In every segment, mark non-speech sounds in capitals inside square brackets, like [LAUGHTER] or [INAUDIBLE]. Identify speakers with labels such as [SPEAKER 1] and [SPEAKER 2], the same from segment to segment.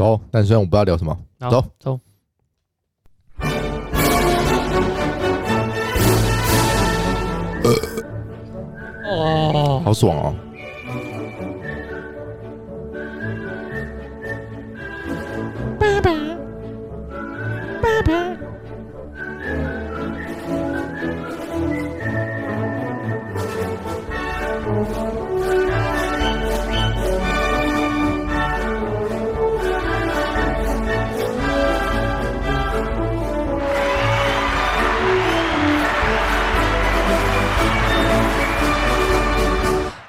[SPEAKER 1] 走，哦但虽然我不知道聊什么，
[SPEAKER 2] 好
[SPEAKER 1] 走
[SPEAKER 2] 走。哦，
[SPEAKER 1] 好爽哦。
[SPEAKER 3] 爸爸，爸爸，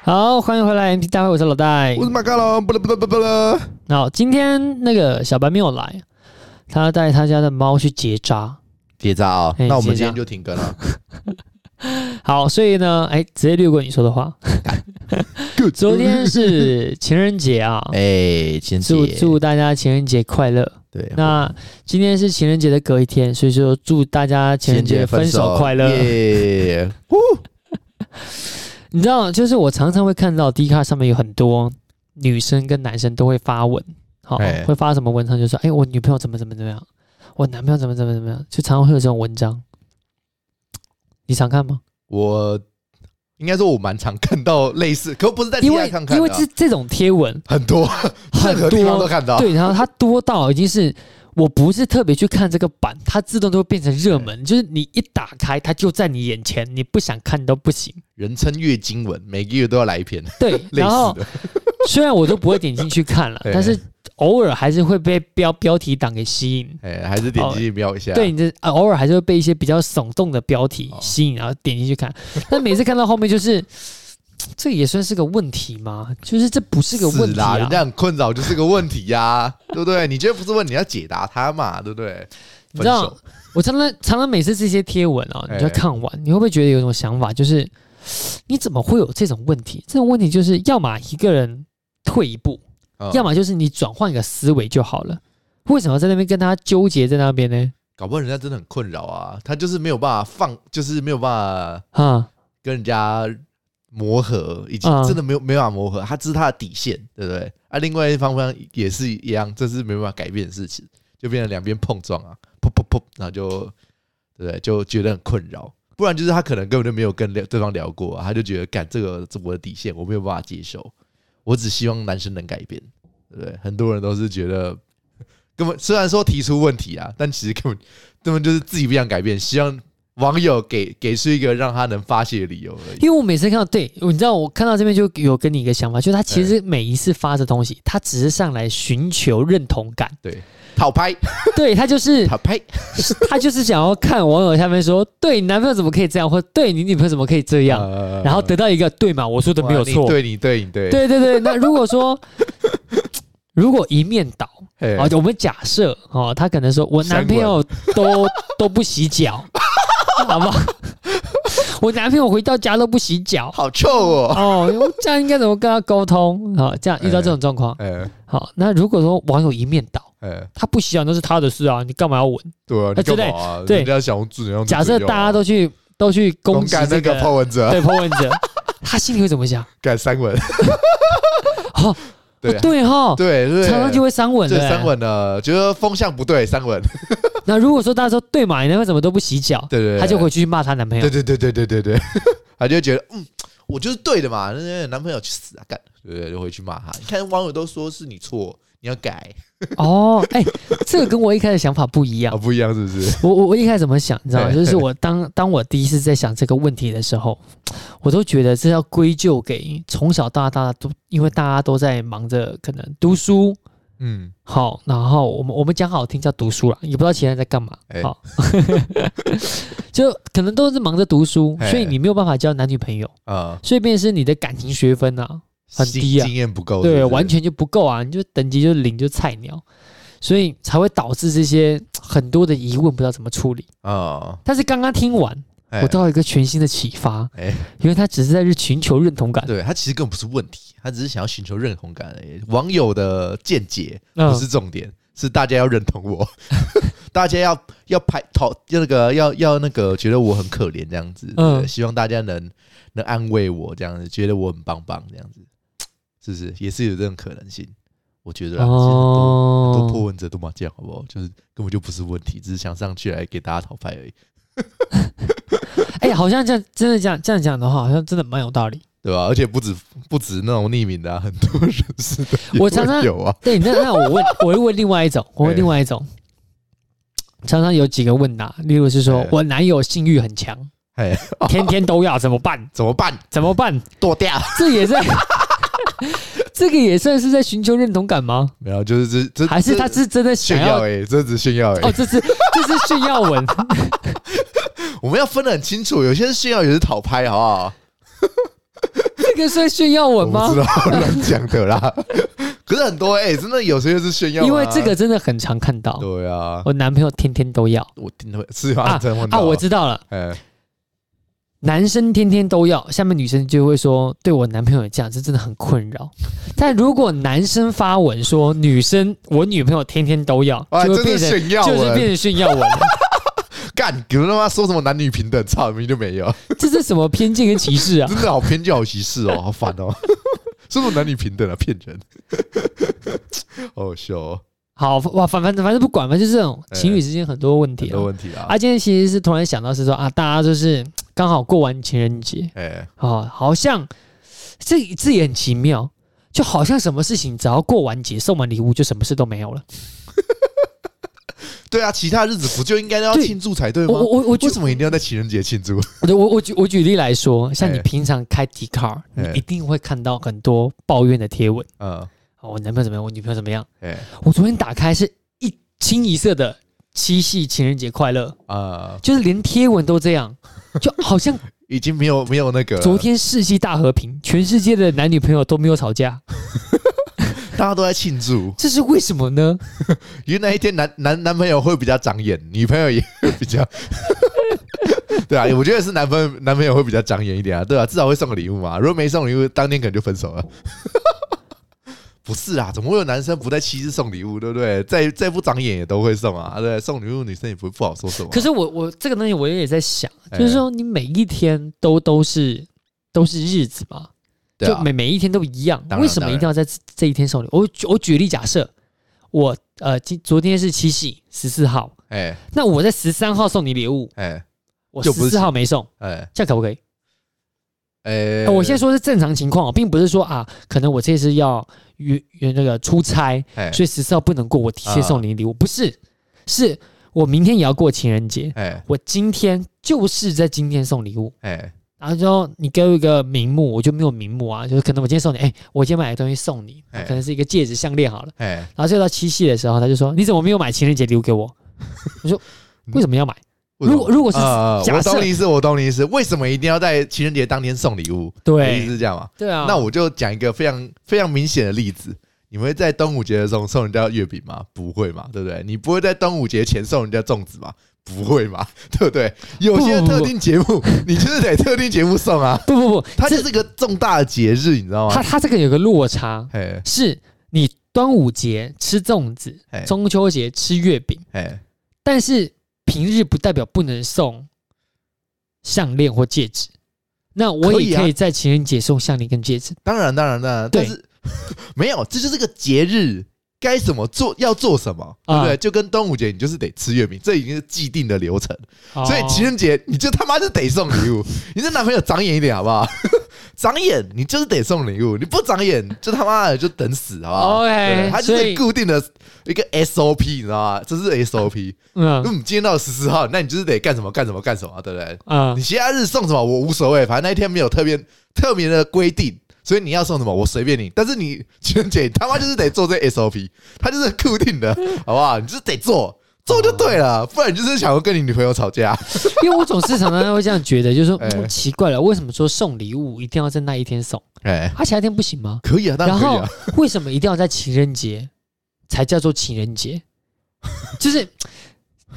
[SPEAKER 2] 好，欢迎回来 MP 大会，我是老戴
[SPEAKER 1] 我。是马卡龙，不啦不啦不啦不啦。
[SPEAKER 2] 好，今天那个小白没有来，他带他家的猫去结扎。
[SPEAKER 1] 结扎啊！
[SPEAKER 2] 嘿
[SPEAKER 1] 那我们
[SPEAKER 2] 哎结扎
[SPEAKER 1] 今天就停更了。
[SPEAKER 2] 好，所以呢，哎，直接略过你说的话。 [LAUGHS] 昨天是情人节啊，
[SPEAKER 1] [LAUGHS] 哎，先
[SPEAKER 2] 祝
[SPEAKER 1] 姐
[SPEAKER 2] 祝大家情人节快乐。
[SPEAKER 1] 对，
[SPEAKER 2] 那今天是情人节的隔一天，所以说祝大家情人节分手快乐。
[SPEAKER 1] 耶！
[SPEAKER 2] 你知道，就是我常常会看到 D 卡上面有很多女生跟男生都会发文，好、
[SPEAKER 1] 哎
[SPEAKER 2] 会发什么文章，就说哎、我女朋友怎么怎么怎么样，我男朋友怎么怎么怎么样，就常常会有这种文章。你常看吗？
[SPEAKER 1] 我应该说，我蛮常看到类似，可不是在 T
[SPEAKER 2] 因为
[SPEAKER 1] I 看看
[SPEAKER 2] 因
[SPEAKER 1] 的
[SPEAKER 2] 为
[SPEAKER 1] 啊，
[SPEAKER 2] 这这种贴文
[SPEAKER 1] 很多任何
[SPEAKER 2] 很
[SPEAKER 1] 地方都
[SPEAKER 2] 多，
[SPEAKER 1] 看到。
[SPEAKER 2] 对，然后它多到已经是我不是特别去看这个版，它自动就会变成热
[SPEAKER 1] 哎
[SPEAKER 2] 门，就是你一打开它就在你眼前，你不想看都不行。
[SPEAKER 1] 人称月经文，每个月都要来一篇
[SPEAKER 2] 对，
[SPEAKER 1] [LAUGHS] 类
[SPEAKER 2] 然后
[SPEAKER 1] 似的。
[SPEAKER 2] [LAUGHS] 虽然我都不会点进去看了
[SPEAKER 1] [LAUGHS] 对，
[SPEAKER 2] 但是偶尔还是会被标标题党给吸引。
[SPEAKER 1] 哎，还是点进去瞄一下。
[SPEAKER 2] 对，，你这啊偶尔还是会被一些比较耸动的标题
[SPEAKER 1] 哦
[SPEAKER 2] 吸引，然后点进去看。但每次看到后面，就是这也算是个问题吗？就是这不是个问题
[SPEAKER 1] 啦，人
[SPEAKER 2] 啊
[SPEAKER 1] 家。很困扰就是个问题呀，对不对？你觉得不是问题，你要解答它嘛，对不对？
[SPEAKER 2] 你知道
[SPEAKER 1] 分手，
[SPEAKER 2] 我常常常常每次这些贴文啊，
[SPEAKER 1] 哎
[SPEAKER 2] 你就看完，你会不会觉得有一种想法，就是你怎么会有这种问题？这种问题就是要么一个人退一步，
[SPEAKER 1] 嗯
[SPEAKER 2] 要么就是你转换一个思维就好了。为什么在那边跟他纠结在那边呢？
[SPEAKER 1] 搞不好人家真的很困扰啊，他就是没有办法放，就是没有办法
[SPEAKER 2] 啊，
[SPEAKER 1] 跟人家磨合，以及
[SPEAKER 2] 嗯
[SPEAKER 1] 真的没有没办法磨合，他这是他的底线，对不对？啊，另外一方面也是一样，这是没办法改变的事情，就变成两边碰撞啊，噗噗噗，然后就对不对？就觉得很困扰。不然就是他可能根本就没有跟对方聊过、啊，他就觉得干这个这我的底线，我没有办法接受。我只希望男生能改变，对不对？很多人都是觉得 [LAUGHS] 根本虽然说提出问题啊，但其实根本根本就是自己不想改变，希望网友给给出一个让他能发泄的理由而已。
[SPEAKER 2] 因为我每次看到，对，你知道我看到这边就有跟你一个想法，就是他其实每一次发的东
[SPEAKER 1] 哎
[SPEAKER 2] 西，他只是上来寻求认同
[SPEAKER 1] [LAUGHS]
[SPEAKER 2] 感，
[SPEAKER 1] 讨
[SPEAKER 2] [LAUGHS]
[SPEAKER 1] 拍，
[SPEAKER 2] 对他就是
[SPEAKER 1] 讨拍，
[SPEAKER 2] 他就是想要看网友下面说，对你男朋友怎么可以这样，或对你女朋友怎么可以这样，
[SPEAKER 1] 呃
[SPEAKER 2] 然后得到一个对嘛，我说的没有
[SPEAKER 1] 哇你
[SPEAKER 2] 错，
[SPEAKER 1] 对你对你对，
[SPEAKER 2] 对对对。那如果说 [LAUGHS] 如果一面倒，
[SPEAKER 1] 嘿
[SPEAKER 2] 啊，我们假设哦，他可能说我男朋友都都不洗脚，好不好？ [LAUGHS] 我男朋友回到家都不洗脚，
[SPEAKER 1] 好臭
[SPEAKER 2] [LAUGHS]
[SPEAKER 1] 哦。
[SPEAKER 2] 哦，这样应该怎么跟他沟通？好，这样遇到这种状况，
[SPEAKER 1] 呃
[SPEAKER 2] 好，那如果说网友一面倒，
[SPEAKER 1] 呃，
[SPEAKER 2] 他不洗脚那是他的事啊，你干嘛要闻？
[SPEAKER 1] 对啊，
[SPEAKER 2] 哎
[SPEAKER 1] 你干嘛啊？
[SPEAKER 2] 对对
[SPEAKER 1] 人家想住人家
[SPEAKER 2] 假设大家都去都去攻
[SPEAKER 1] 公
[SPEAKER 2] 击
[SPEAKER 1] 干
[SPEAKER 2] 这
[SPEAKER 1] 啊那
[SPEAKER 2] [LAUGHS]
[SPEAKER 1] 个
[SPEAKER 2] 个
[SPEAKER 1] 破文 [LAUGHS] 者，
[SPEAKER 2] 对 po 文者，他心里会怎么想？
[SPEAKER 1] 干三文，
[SPEAKER 2] [LAUGHS] 哦，
[SPEAKER 1] 对啊
[SPEAKER 2] 哦对哈，
[SPEAKER 1] 对对，
[SPEAKER 2] 常常就会三吻
[SPEAKER 1] 这
[SPEAKER 2] 的。
[SPEAKER 1] 三文呢，觉得风向不对，三文，
[SPEAKER 2] 那如果说大家说对嘛，你男朋友怎么都不洗脚，
[SPEAKER 1] [LAUGHS] 对对，对
[SPEAKER 2] 他就回去骂他男朋友
[SPEAKER 1] 对。对对对对对 [LAUGHS] 对，他就会觉得嗯，我就是对的嘛，那那男朋友去死啊，干，对对，就回去骂他。你看网友都说是你错，你要改
[SPEAKER 2] 哦，哎，这个跟我一开始想法不一
[SPEAKER 1] 啊，
[SPEAKER 2] 样。
[SPEAKER 1] 不一样是不是？
[SPEAKER 2] 我我我一开始怎么想，你知道吗？
[SPEAKER 1] 哎
[SPEAKER 2] 就是我当当我第一次在想这个问题的时候，我都觉得这要归咎给从小到大都因为大家都在忙着可能读书，
[SPEAKER 1] 嗯，
[SPEAKER 2] 好，然后我们我们讲好听叫读书啦，也不知道其他人在干嘛，
[SPEAKER 1] 哎
[SPEAKER 2] 好， [LAUGHS] 就可能都是忙着读书，
[SPEAKER 1] 哎
[SPEAKER 2] 所以你没有办法交男女朋友，
[SPEAKER 1] 啊，
[SPEAKER 2] 所以便是你的感情学分啊，很
[SPEAKER 1] 经
[SPEAKER 2] 低啊
[SPEAKER 1] 经验不够，
[SPEAKER 2] 对，
[SPEAKER 1] 是不是
[SPEAKER 2] 完全就不够啊，你就等级就零就菜鸟，所以才会导致这些很多的疑问不知道怎么处理。
[SPEAKER 1] 啊，
[SPEAKER 2] 但是刚刚听完，
[SPEAKER 1] 哎
[SPEAKER 2] 我得到一个全新的启发，
[SPEAKER 1] 哎
[SPEAKER 2] 因为他只是在这寻求认同感，
[SPEAKER 1] 对他其实根本不是问题，他只是想要寻求认同感而已。网友的见解
[SPEAKER 2] 嗯
[SPEAKER 1] 不是重点，是大家要认同
[SPEAKER 2] [LAUGHS]
[SPEAKER 1] 我，大家要要拍讨要那个要要那个觉得我很可怜这样子，
[SPEAKER 2] 嗯
[SPEAKER 1] 对希望大家能能安慰我这样子，觉得我很棒棒这样子，是不是也是有这种可能性？我觉得啦，现在很多很多
[SPEAKER 2] 哦，
[SPEAKER 1] 破问者都麻将，好不好？就是根本就不是问题，只是想上去来给大家讨牌而已，
[SPEAKER 2] 哎、好像这样真的这样这样讲的话，好像真的蛮有道理。
[SPEAKER 1] 对吧？而且不止不止那种匿名的、啊，很多人是的，
[SPEAKER 2] 我常常
[SPEAKER 1] 有啊，
[SPEAKER 2] 对，那那我
[SPEAKER 1] [LAUGHS]
[SPEAKER 2] 问，我会问另外一种，我
[SPEAKER 1] 哎
[SPEAKER 2] 问另外一种。常常有几个问答，例如是说
[SPEAKER 1] 哎
[SPEAKER 2] 我男友性欲很强，
[SPEAKER 1] 哎，
[SPEAKER 2] 天天都要怎么办？
[SPEAKER 1] 怎么办？
[SPEAKER 2] 怎么办？
[SPEAKER 1] 剁掉？
[SPEAKER 2] [LAUGHS] 这也在，这个也算是在寻求认同感吗？
[SPEAKER 1] 没有，就是这这
[SPEAKER 2] 还是他
[SPEAKER 1] 这
[SPEAKER 2] 是真的想
[SPEAKER 1] 炫耀
[SPEAKER 2] 要？
[SPEAKER 1] 哎、这只是炫耀哎、
[SPEAKER 2] 哦，这是这是炫耀
[SPEAKER 1] [LAUGHS]
[SPEAKER 2] 文，
[SPEAKER 1] 我们要分得很清楚，有些是炫耀，有些是讨拍，好不好？
[SPEAKER 2] 这个算炫耀
[SPEAKER 1] 我
[SPEAKER 2] 文
[SPEAKER 1] 不
[SPEAKER 2] 吗
[SPEAKER 1] 知？道乱讲的啦。 [LAUGHS] 可是很多哎、真的有些是炫耀啊、
[SPEAKER 2] 因为这个真的很常看到，
[SPEAKER 1] 对啊，
[SPEAKER 2] 我男朋友天天都要
[SPEAKER 1] 我听会是
[SPEAKER 2] 啊
[SPEAKER 1] 啊，真的问到
[SPEAKER 2] 啊，我知道了，
[SPEAKER 1] 哎
[SPEAKER 2] 男生天天都要，下面女生就会说，对我男朋友这样，这真的很困扰。 [LAUGHS] 但如果男生发文说女生我女朋友天天都要，
[SPEAKER 1] 哇，
[SPEAKER 2] 就会
[SPEAKER 1] 真的
[SPEAKER 2] 变成
[SPEAKER 1] 炫耀
[SPEAKER 2] 就是
[SPEAKER 1] 哎
[SPEAKER 2] 变成炫耀文 [LAUGHS] 了，
[SPEAKER 1] 干，你们他妈说什么男女平等，操，明明就没
[SPEAKER 2] [LAUGHS]
[SPEAKER 1] 有，
[SPEAKER 2] 这是什么偏见跟歧视啊？
[SPEAKER 1] 真的好偏见，好歧视哦，好烦哦， [LAUGHS] 说什么男女平等啊，骗人， [LAUGHS] 好好笑哦，
[SPEAKER 2] 好哇，反反正反正不管，反正就是这种情侣之间很多问
[SPEAKER 1] 哎很
[SPEAKER 2] 题啊
[SPEAKER 1] 多。问题啊，
[SPEAKER 2] 啊，今天其实是突然想到是说啊，大家就是嘖刚好过完情人节
[SPEAKER 1] 哎，
[SPEAKER 2] 啊，好像这这也很奇妙，就好像什么事情只要过完节送完礼物就什么事都没有了。
[SPEAKER 1] 对啊，其他日子不就应该要
[SPEAKER 2] 对
[SPEAKER 1] 庆祝才对
[SPEAKER 2] 我
[SPEAKER 1] 吗？
[SPEAKER 2] 我我我
[SPEAKER 1] 为
[SPEAKER 2] 举
[SPEAKER 1] 什么一定要在情人节庆祝？ [LAUGHS]
[SPEAKER 2] 我我我举我举例来说，像你
[SPEAKER 1] 哎
[SPEAKER 2] 平常开 d c a r
[SPEAKER 1] 哎
[SPEAKER 2] 你一定会看到很多抱怨的贴文
[SPEAKER 1] 嗯，
[SPEAKER 2] 啊，我男朋友怎么样，我女朋友怎么样。
[SPEAKER 1] 哎
[SPEAKER 2] 我昨天打开是一清一色的七夕情人节快乐，
[SPEAKER 1] 啊，
[SPEAKER 2] 就是连贴文都这样，就好像
[SPEAKER 1] 已经没有没有那个了，
[SPEAKER 2] 昨天世纪大和平，全世界的男女朋友都没有吵架， [LAUGHS]
[SPEAKER 1] 大家都在庆祝，
[SPEAKER 2] 这是为什么呢？
[SPEAKER 1] 因为那一天男男男朋友会比较长眼，女朋友也会比较。 [LAUGHS] 对啊，我觉得是男朋友男朋友会比较长眼一点啊，对啊，至少会送个礼物嘛。如果没送礼物，当天可能就分手了。 [LAUGHS] 不是啊，怎么会有男生不在七夕送礼物，对不对？再再不长眼也都会送啊，对不对送礼物女生也不不好说什么啊、
[SPEAKER 2] 可是我我这个东西我也在想，
[SPEAKER 1] 哎
[SPEAKER 2] 就是说你每一天都都是都是日子嘛，
[SPEAKER 1] 对
[SPEAKER 2] 就
[SPEAKER 1] 啊，
[SPEAKER 2] 每每一天都一样，
[SPEAKER 1] 当然
[SPEAKER 2] 为什么一定要在这这一天送礼？我举我举例假设，我呃今昨天是七夕十四号，
[SPEAKER 1] 哎
[SPEAKER 2] 那我在十三号送你礼物，
[SPEAKER 1] 哎
[SPEAKER 2] 我
[SPEAKER 1] 就
[SPEAKER 2] 十
[SPEAKER 1] 不是
[SPEAKER 2] 四号没送，
[SPEAKER 1] 哎
[SPEAKER 2] 这样可不可以？
[SPEAKER 1] 哎，
[SPEAKER 2] 呃我现在说是正常情况哦，并不是说啊，可能我这次要约约那个出差，
[SPEAKER 1] 哎啊
[SPEAKER 2] 所以十四号不能过，我提前送你礼物，不是，是我明天也要过情人节，
[SPEAKER 1] 哎
[SPEAKER 2] 我今天就是在今天送礼物。
[SPEAKER 1] 哎
[SPEAKER 2] 然后之后你给我一个名目，我就没有名目啊，就是可能我今天送你，哎、我今天买个东西送你，
[SPEAKER 1] 哎
[SPEAKER 2] 可能是一个戒指、项链好了。
[SPEAKER 1] 哎，
[SPEAKER 2] 然后就到七夕的时候，他就说：“你怎么没有买情人节礼物给我？” [LAUGHS]
[SPEAKER 1] [LAUGHS]
[SPEAKER 2] 我说：“为什么要买？
[SPEAKER 1] 为什么
[SPEAKER 2] 如果如果是
[SPEAKER 1] 啊，
[SPEAKER 2] 假
[SPEAKER 1] 我
[SPEAKER 2] 设
[SPEAKER 1] 懂你意思，我懂你意思。为什么一定要在情人节当天送礼物？你的意思
[SPEAKER 2] 对
[SPEAKER 1] 是这样吗？
[SPEAKER 2] 对啊，
[SPEAKER 1] 那我就讲一个非常非常明显的例子。你们会在端午节的时候送人家月饼吗？不会嘛，对不对？你不会在端午节前送人家粽子吗？不会嘛， [LAUGHS] 对不对？有些
[SPEAKER 2] 不不不
[SPEAKER 1] 特定节目，你就是得特定节目送啊。
[SPEAKER 2] 不不不，
[SPEAKER 1] 它
[SPEAKER 2] 这
[SPEAKER 1] 就是啊个重大的节日，你知道
[SPEAKER 2] 他
[SPEAKER 1] 吗？
[SPEAKER 2] 他这个有个落差，
[SPEAKER 1] 嘿，
[SPEAKER 2] 是你端午节吃粽子
[SPEAKER 1] 哎，
[SPEAKER 2] 中秋节吃月饼，
[SPEAKER 1] 嘿，
[SPEAKER 2] 但是平日不代表不能送项链或戒指。那我
[SPEAKER 1] 可以
[SPEAKER 2] 也
[SPEAKER 1] 啊
[SPEAKER 2] 可以在情人节送项链跟戒指，
[SPEAKER 1] 当然，当然，当然，
[SPEAKER 2] 对
[SPEAKER 1] 但是 [LAUGHS] 没有，这就是个节日，该怎么做要做什么，对不对？
[SPEAKER 2] 啊
[SPEAKER 1] 就跟端午节，你就是得吃月饼，这已经是既定的流程。 [LAUGHS] 所以
[SPEAKER 2] 哦
[SPEAKER 1] 情人节你就他妈就得送礼
[SPEAKER 2] [LAUGHS]
[SPEAKER 1] 物，你这男朋友长眼一点好不好？ [LAUGHS] 长眼，你就是得送礼物，你不长眼就他妈的就等死好不好
[SPEAKER 2] OK，
[SPEAKER 1] 对他就
[SPEAKER 2] 所
[SPEAKER 1] 是
[SPEAKER 2] 以
[SPEAKER 1] 固定的一个 SOP，你知道吗？这是 SOP。
[SPEAKER 2] 嗯
[SPEAKER 1] 那我们今天到十四号，那你就是得干什么干什么干什么，对不对？[LAUGHS]
[SPEAKER 2] 啊
[SPEAKER 1] 你其他日送什么我无所谓，反正那一天没有特别特别的规定，所以你要送什么我随便你。但是你情人节你他妈就是得做这 SOP，它就是固定的，好不好？你就是得做，做就对了，不然你就是想要跟你女朋友吵架。
[SPEAKER 2] 因为我总是常常会这样觉得，就是说、
[SPEAKER 1] [LAUGHS] 哎
[SPEAKER 2] 嗯奇怪了，为什么说送礼物一定要在那一天送，
[SPEAKER 1] 哎、
[SPEAKER 2] 啊，其他天不行吗？
[SPEAKER 1] 可以啊，当
[SPEAKER 2] 然
[SPEAKER 1] 然可以
[SPEAKER 2] 后
[SPEAKER 1] 啊。
[SPEAKER 2] 为什么一定要在情人节才叫做情人节？就是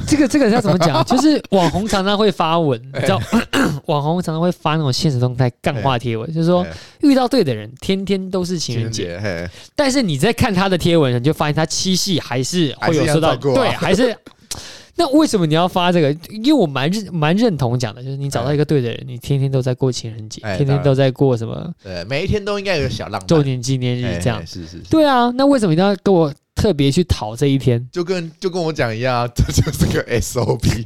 [SPEAKER 2] 这个这个要怎么
[SPEAKER 1] [LAUGHS]
[SPEAKER 2] 讲？啊就是网红常常会发文，你知道，
[SPEAKER 1] 哎
[SPEAKER 2] 网红常常会发那种现实动态干话贴文，就是说
[SPEAKER 1] 哎
[SPEAKER 2] 遇到对的人，天天都是
[SPEAKER 1] 情
[SPEAKER 2] 情人
[SPEAKER 1] 人
[SPEAKER 2] 节。
[SPEAKER 1] 节，嘿，
[SPEAKER 2] 但是你在看他的贴文，你就发现他七夕还是会
[SPEAKER 1] 还是
[SPEAKER 2] 有收
[SPEAKER 1] 一样
[SPEAKER 2] 到，
[SPEAKER 1] [LAUGHS] 照顾啊
[SPEAKER 2] 对，还是那为什么你要发这个？因为我蛮认蛮认同讲的，就是你找到一个对的人，你天天都在过情人节，
[SPEAKER 1] 哎
[SPEAKER 2] 天天都在过什么
[SPEAKER 1] 对，每一天都应该有个小浪漫，
[SPEAKER 2] 周年纪念日
[SPEAKER 1] 哎
[SPEAKER 2] 这样
[SPEAKER 1] 哎。是是是，
[SPEAKER 2] 对啊，那为什么一定要跟我特别去讨这一天？
[SPEAKER 1] 就跟就跟我讲一样啊，这就是个 SOP，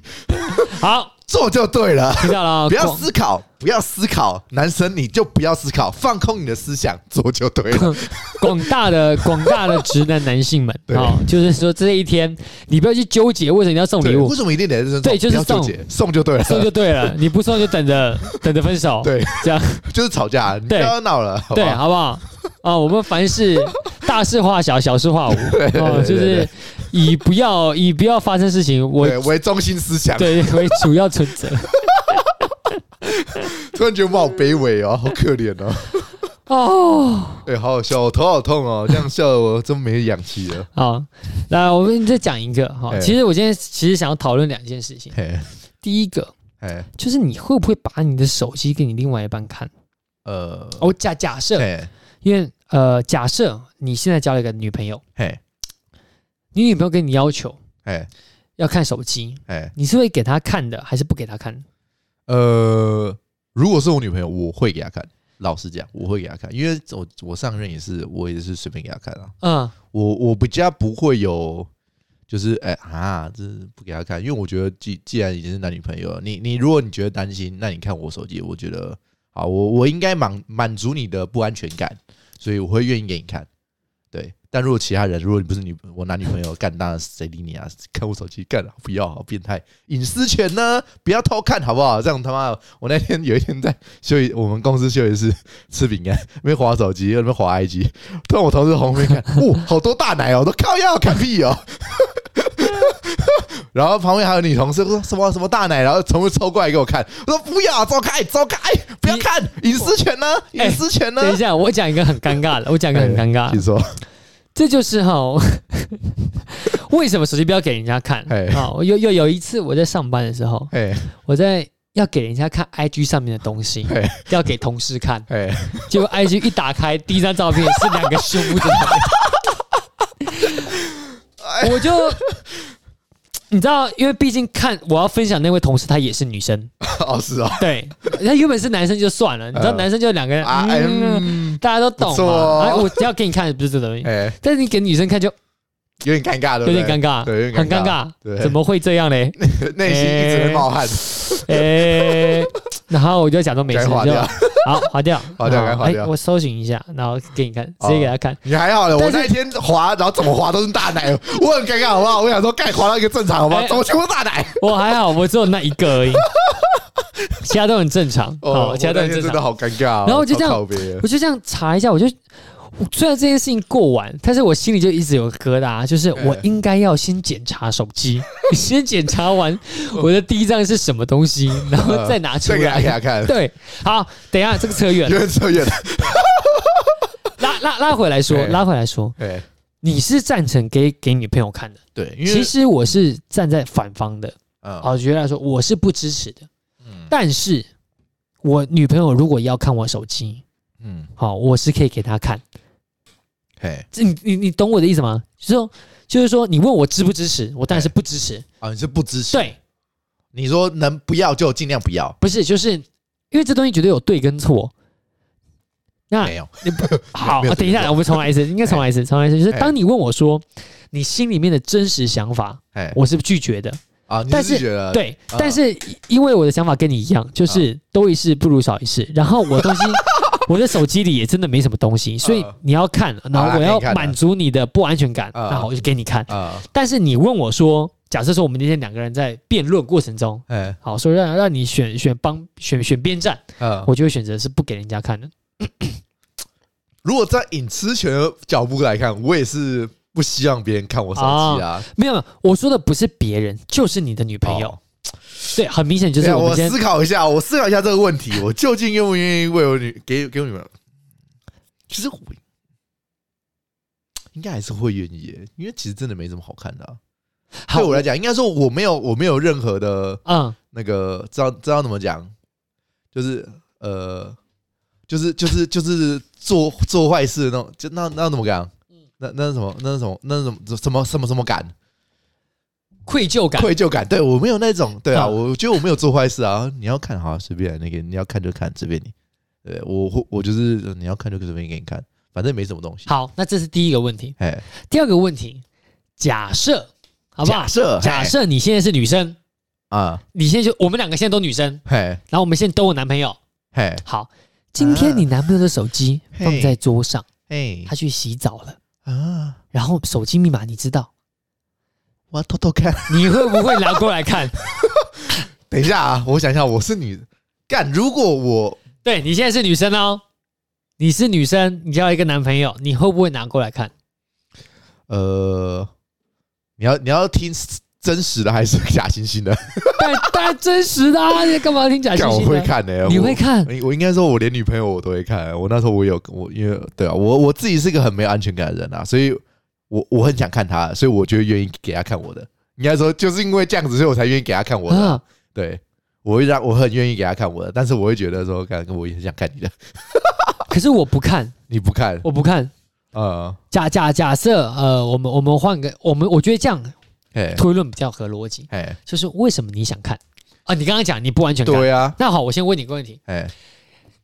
[SPEAKER 2] 好，
[SPEAKER 1] 做就对了，
[SPEAKER 2] 听到了啊，
[SPEAKER 1] [LAUGHS] 不要
[SPEAKER 2] 广
[SPEAKER 1] 思考，不要思考，男生你就不要思考，放空你的思想，做就对了。
[SPEAKER 2] 广大的广大的直男男性们
[SPEAKER 1] [LAUGHS] 对
[SPEAKER 2] 啊、就是说这一天你不要去纠结为什么你要送礼
[SPEAKER 1] 对，
[SPEAKER 2] 物
[SPEAKER 1] 为，什么一定得是
[SPEAKER 2] 对就是
[SPEAKER 1] 不要纠
[SPEAKER 2] 送
[SPEAKER 1] 结送就对了，
[SPEAKER 2] 送就对了，你不送就等着等着分手，
[SPEAKER 1] [LAUGHS] 对，
[SPEAKER 2] 这样
[SPEAKER 1] 就是吵架，你不
[SPEAKER 2] 对
[SPEAKER 1] 要闹了，好不
[SPEAKER 2] 对，
[SPEAKER 1] 好？
[SPEAKER 2] 好不好？啊，我们凡事大事化小，小事化无，哦，
[SPEAKER 1] [LAUGHS] 对
[SPEAKER 2] 就
[SPEAKER 1] 对
[SPEAKER 2] 是
[SPEAKER 1] 对
[SPEAKER 2] 以不要以不要发生事情为
[SPEAKER 1] 对，为中心思想，
[SPEAKER 2] 对为主要准
[SPEAKER 1] [LAUGHS]
[SPEAKER 2] 则。
[SPEAKER 1] 突然觉得我好卑微哦，好可怜哦，
[SPEAKER 2] 哦，
[SPEAKER 1] 哎，好好笑，我头好痛哦，这样笑得我真没氧气
[SPEAKER 2] [LAUGHS]
[SPEAKER 1] 了。
[SPEAKER 2] 好，那我们再讲一个哈。
[SPEAKER 1] 哎
[SPEAKER 2] 其实我今天其实想要讨论两件事情。
[SPEAKER 1] 嘿，
[SPEAKER 2] 第一个
[SPEAKER 1] 嘿，
[SPEAKER 2] 就是你会不会把你的手机给你另外一半看？
[SPEAKER 1] 呃，
[SPEAKER 2] 哦，假假设，
[SPEAKER 1] 嘿，
[SPEAKER 2] 因为呃，假设你现在交了一个女朋友，
[SPEAKER 1] 嘿，
[SPEAKER 2] 你女朋友跟你要求
[SPEAKER 1] 嘿，
[SPEAKER 2] 要看手机，
[SPEAKER 1] 嘿，
[SPEAKER 2] 你是会给她看的，还是不给她看？
[SPEAKER 1] 呃，如果是我女朋友，我会给她看。老实讲，我会给她看，因为我我上任也是，我也是随便给她看啊。
[SPEAKER 2] 嗯，
[SPEAKER 1] 我我比较不会有，就是哎、啊，这是不给他看，因为我觉得既既然已经是男女朋友了，你你如果你觉得担心，那你看我手机，我觉得好，我我应该满满足你的不安全感，所以我会愿意给你看。对，但如果其他人，如果你不是女我男女朋友，干那谁理你啊？看我手机干了，不要，好变态！隐私权呢？不要偷看，好不好？这样他妈的，我那天有一天在休息，我们公司休息室吃饼干，没划手机，那边划 IG，突然我同事从后面看， [LAUGHS] 哦，好多大奶哦，我都靠要看屁哦。 [LAUGHS] 然后旁边还有女同事说什么什么大奶，然后从后抽过来给我看，我说不要，走开，走开，不要
[SPEAKER 2] 你
[SPEAKER 1] 看，隐私权呢？
[SPEAKER 2] 哎
[SPEAKER 1] 隐私权呢？
[SPEAKER 2] 等一下，我讲一个很尴
[SPEAKER 1] [LAUGHS]
[SPEAKER 2] 尬的，我讲一个很尴尬
[SPEAKER 1] 你
[SPEAKER 2] 的，
[SPEAKER 1] 哎说，
[SPEAKER 2] 这就是哈， [LAUGHS] 为什么手机不要给人家看
[SPEAKER 1] 哎？
[SPEAKER 2] 好，又又有一次我在上班的时候，
[SPEAKER 1] 哎
[SPEAKER 2] 我在。要给人家看 IG 上面的东西
[SPEAKER 1] 哎，
[SPEAKER 2] 要给同事看，
[SPEAKER 1] 哎，
[SPEAKER 2] 结果 IG 一打开，第一张照片是两个胸部的照
[SPEAKER 1] 哎
[SPEAKER 2] 片我就你知道，因为毕竟看我要分享那位同事，她也是女生，
[SPEAKER 1] 哦是哦，
[SPEAKER 2] 对，她原本是男生就算了，你知道
[SPEAKER 1] 嗯
[SPEAKER 2] 男生就两个人，
[SPEAKER 1] 啊哎
[SPEAKER 2] 嗯
[SPEAKER 1] 嗯，
[SPEAKER 2] 大家都懂
[SPEAKER 1] 不错
[SPEAKER 2] 嘛
[SPEAKER 1] 哦。
[SPEAKER 2] 哎，我要给你看不是这东西，
[SPEAKER 1] 哎，
[SPEAKER 2] 但是你给女生看就
[SPEAKER 1] 有点尴尬，对
[SPEAKER 2] 有
[SPEAKER 1] 不
[SPEAKER 2] 点
[SPEAKER 1] 对？
[SPEAKER 2] 尴尬，
[SPEAKER 1] 对有点
[SPEAKER 2] 很
[SPEAKER 1] 尴
[SPEAKER 2] 尴
[SPEAKER 1] 尬
[SPEAKER 2] 尬，
[SPEAKER 1] 对
[SPEAKER 2] 怎么会这
[SPEAKER 1] [LAUGHS]
[SPEAKER 2] 样嘞？
[SPEAKER 1] 内心一直会冒汗，
[SPEAKER 2] 哎，然后我就假装没事，
[SPEAKER 1] 该划
[SPEAKER 2] 就
[SPEAKER 1] 掉。
[SPEAKER 2] 好划掉，
[SPEAKER 1] 划掉该划
[SPEAKER 2] 哎
[SPEAKER 1] 掉
[SPEAKER 2] 我搜寻一下，然后给你看，直接给他看。
[SPEAKER 1] 你还好了，我
[SPEAKER 2] 但是
[SPEAKER 1] 那一天滑，然后怎么滑都是大奶，我很尴尬，好不好？我想说，该滑到一个正常，好不好？
[SPEAKER 2] 哎
[SPEAKER 1] 怎么全部大奶？
[SPEAKER 2] 我还好，我只有那一个而已，其他都很正常。哦，其他
[SPEAKER 1] 我那
[SPEAKER 2] 都很
[SPEAKER 1] 天
[SPEAKER 2] 正
[SPEAKER 1] 真的
[SPEAKER 2] 常。
[SPEAKER 1] 好尴尬哦。
[SPEAKER 2] 然后我就这样
[SPEAKER 1] 超靠北
[SPEAKER 2] [LAUGHS]
[SPEAKER 1] 的
[SPEAKER 2] 我就这样查一下，我就我虽然这件事情过完，但是我心里就一直有个疙瘩，就是
[SPEAKER 1] 哎
[SPEAKER 2] 我应该要先检查手机， [LAUGHS] 先检查完我的第一张是什么
[SPEAKER 1] [LAUGHS]
[SPEAKER 2] 东西，然后再拿出
[SPEAKER 1] 再给他给他
[SPEAKER 2] 来。
[SPEAKER 1] 看，
[SPEAKER 2] [LAUGHS] 对，好，等一下这个扯远
[SPEAKER 1] 有点
[SPEAKER 2] 了，[LAUGHS]
[SPEAKER 1] 扯远了。
[SPEAKER 2] 拉拉拉回来说
[SPEAKER 1] 哎，
[SPEAKER 2] 拉回来说，
[SPEAKER 1] 哎，
[SPEAKER 2] 你是赞成给给女朋友看的，
[SPEAKER 1] 对，因
[SPEAKER 2] 其
[SPEAKER 1] 为
[SPEAKER 2] 实我是站在反方的。
[SPEAKER 1] 嗯
[SPEAKER 2] 好，举例来说，我是不支持的。
[SPEAKER 1] 嗯
[SPEAKER 2] 但是我女朋友如果要看我手机，
[SPEAKER 1] 嗯，
[SPEAKER 2] 好，我是可以给她看。
[SPEAKER 1] 嘿，
[SPEAKER 2] 这你你你懂我的意思吗？就是说，就是说，你问我支不支持，我当然是不支持。
[SPEAKER 1] 啊，你是不支持？，
[SPEAKER 2] 对，
[SPEAKER 1] 你说能不要就尽量不要，
[SPEAKER 2] 不是，就是因为这东西绝对有对跟错。那
[SPEAKER 1] 没有，
[SPEAKER 2] 你不好，
[SPEAKER 1] 没有
[SPEAKER 2] 啊等一下，我们重来一次，
[SPEAKER 1] [LAUGHS]
[SPEAKER 2] 应该重来一次，重来一次。就是
[SPEAKER 1] 哎
[SPEAKER 2] 当你问我说你心里面的真实想法，
[SPEAKER 1] 哎，
[SPEAKER 2] 我是拒绝的。
[SPEAKER 1] 啊，你
[SPEAKER 2] 但
[SPEAKER 1] 是
[SPEAKER 2] 是
[SPEAKER 1] 觉得
[SPEAKER 2] 对，
[SPEAKER 1] 啊
[SPEAKER 2] 但是因为我的想法跟你一样，
[SPEAKER 1] 呃
[SPEAKER 2] 就是多一事不如少一事。然后我的东
[SPEAKER 1] [LAUGHS]
[SPEAKER 2] 西，我的手机里也真的没什么东西，所以
[SPEAKER 1] 啊
[SPEAKER 2] 你要看，然
[SPEAKER 1] 好啦
[SPEAKER 2] 后我
[SPEAKER 1] 可
[SPEAKER 2] 要
[SPEAKER 1] 以看的
[SPEAKER 2] 满足你的不安全感，
[SPEAKER 1] 啊
[SPEAKER 2] 那好，我就给你看。
[SPEAKER 1] 啊，
[SPEAKER 2] 但是你问我说，假设说我们那天两个人在辩论过程中，
[SPEAKER 1] 哎，
[SPEAKER 2] 好，说让让你选选帮选选边站，
[SPEAKER 1] 嗯，
[SPEAKER 2] 我就会选择是不给人家看的。
[SPEAKER 1] 如果在隐私权的角度来看，我也是不希望别人看我手机啊。
[SPEAKER 2] 没有，没有我说的不是别人，就是你的女朋友
[SPEAKER 1] 哦。
[SPEAKER 2] 对，很明显就是
[SPEAKER 1] 等一下啊
[SPEAKER 2] 我
[SPEAKER 1] 我
[SPEAKER 2] 们今天
[SPEAKER 1] 思考一下，我思考一下这个问题，我究竟愿不愿意为我女给给我女朋友？其实我应该还是会愿意耶，因为其实真的没什么好看的啊、
[SPEAKER 2] 好
[SPEAKER 1] 对我来讲，应该说我没有我没有任何的
[SPEAKER 2] 嗯，
[SPEAKER 1] 那个知道知道怎么讲，就是呃，就是就是就是做做坏事的那种，就那那怎么讲？那那是什么？那是什么？那是什么什么什么什么感？
[SPEAKER 2] 愧疚感。
[SPEAKER 1] 愧疚感，对我没有那
[SPEAKER 2] [LAUGHS]
[SPEAKER 1] 种，对啊，
[SPEAKER 2] 啊
[SPEAKER 1] 我觉得我没有做坏事啊。你要看好随便那个，你要看就看，随便你。对我我我就是呃你要看就随便给你看，反正没什么东西。
[SPEAKER 2] 好，那这是第一个问题。
[SPEAKER 1] 哎，
[SPEAKER 2] 第二个问题，假设好不好
[SPEAKER 1] 假？设
[SPEAKER 2] 假设你现在是女生，
[SPEAKER 1] 嘿啊，
[SPEAKER 2] 你现在就我们两个现在都女生，
[SPEAKER 1] 嘿
[SPEAKER 2] 然后我们现在都有男朋友。
[SPEAKER 1] 嘿
[SPEAKER 2] 好，今天你男朋友的手机
[SPEAKER 1] 啊嘿
[SPEAKER 2] 放在桌上，
[SPEAKER 1] 嘿
[SPEAKER 2] 他去洗澡了，
[SPEAKER 1] 啊，
[SPEAKER 2] 然后手机密码你知道，
[SPEAKER 1] 我要偷偷看。 [LAUGHS]
[SPEAKER 2] 你会不会拿过来看？
[SPEAKER 1] 等一下啊，我想一下，我是女的干，如果我
[SPEAKER 2] 对你现在是女生哦，你是女生，你交一个男朋友，你会不会拿过来看？
[SPEAKER 1] 呃，你要你要听真实的还是假惺惺的？
[SPEAKER 2] 但 [LAUGHS] 但真实的、啊，你干嘛听假
[SPEAKER 1] 干
[SPEAKER 2] 惺
[SPEAKER 1] 我
[SPEAKER 2] 惺
[SPEAKER 1] 会
[SPEAKER 2] 的？
[SPEAKER 1] 看的、
[SPEAKER 2] 你
[SPEAKER 1] 我
[SPEAKER 2] 会看？ [LAUGHS]
[SPEAKER 1] 我我应该说，我连女朋友我都会看。我那时候我有我，因为对啊，我我自己是个很没有安全感的人啊，所以我我很想看她，所以我就愿意给她看我的。应该说，就是因为这样子，所以我才愿意给她看我的。
[SPEAKER 2] 啊，
[SPEAKER 1] 对，我会让我很愿意给她看我的，但是我会觉得说，干，我也很想看你的， [LAUGHS]
[SPEAKER 2] 可是我不看，
[SPEAKER 1] 你不看，
[SPEAKER 2] 我不看。
[SPEAKER 1] 呃，
[SPEAKER 2] 假假假设，呃，我们我们换个，我们我觉得这样 [LAUGHS]
[SPEAKER 1] 哎
[SPEAKER 2] 推论比较合逻辑，
[SPEAKER 1] 哎，
[SPEAKER 2] 就是为什么你想看啊？你刚刚讲你不完全看，
[SPEAKER 1] 对
[SPEAKER 2] [LAUGHS]
[SPEAKER 1] 啊，
[SPEAKER 2] 那好，我先问你一个问题：
[SPEAKER 1] 哎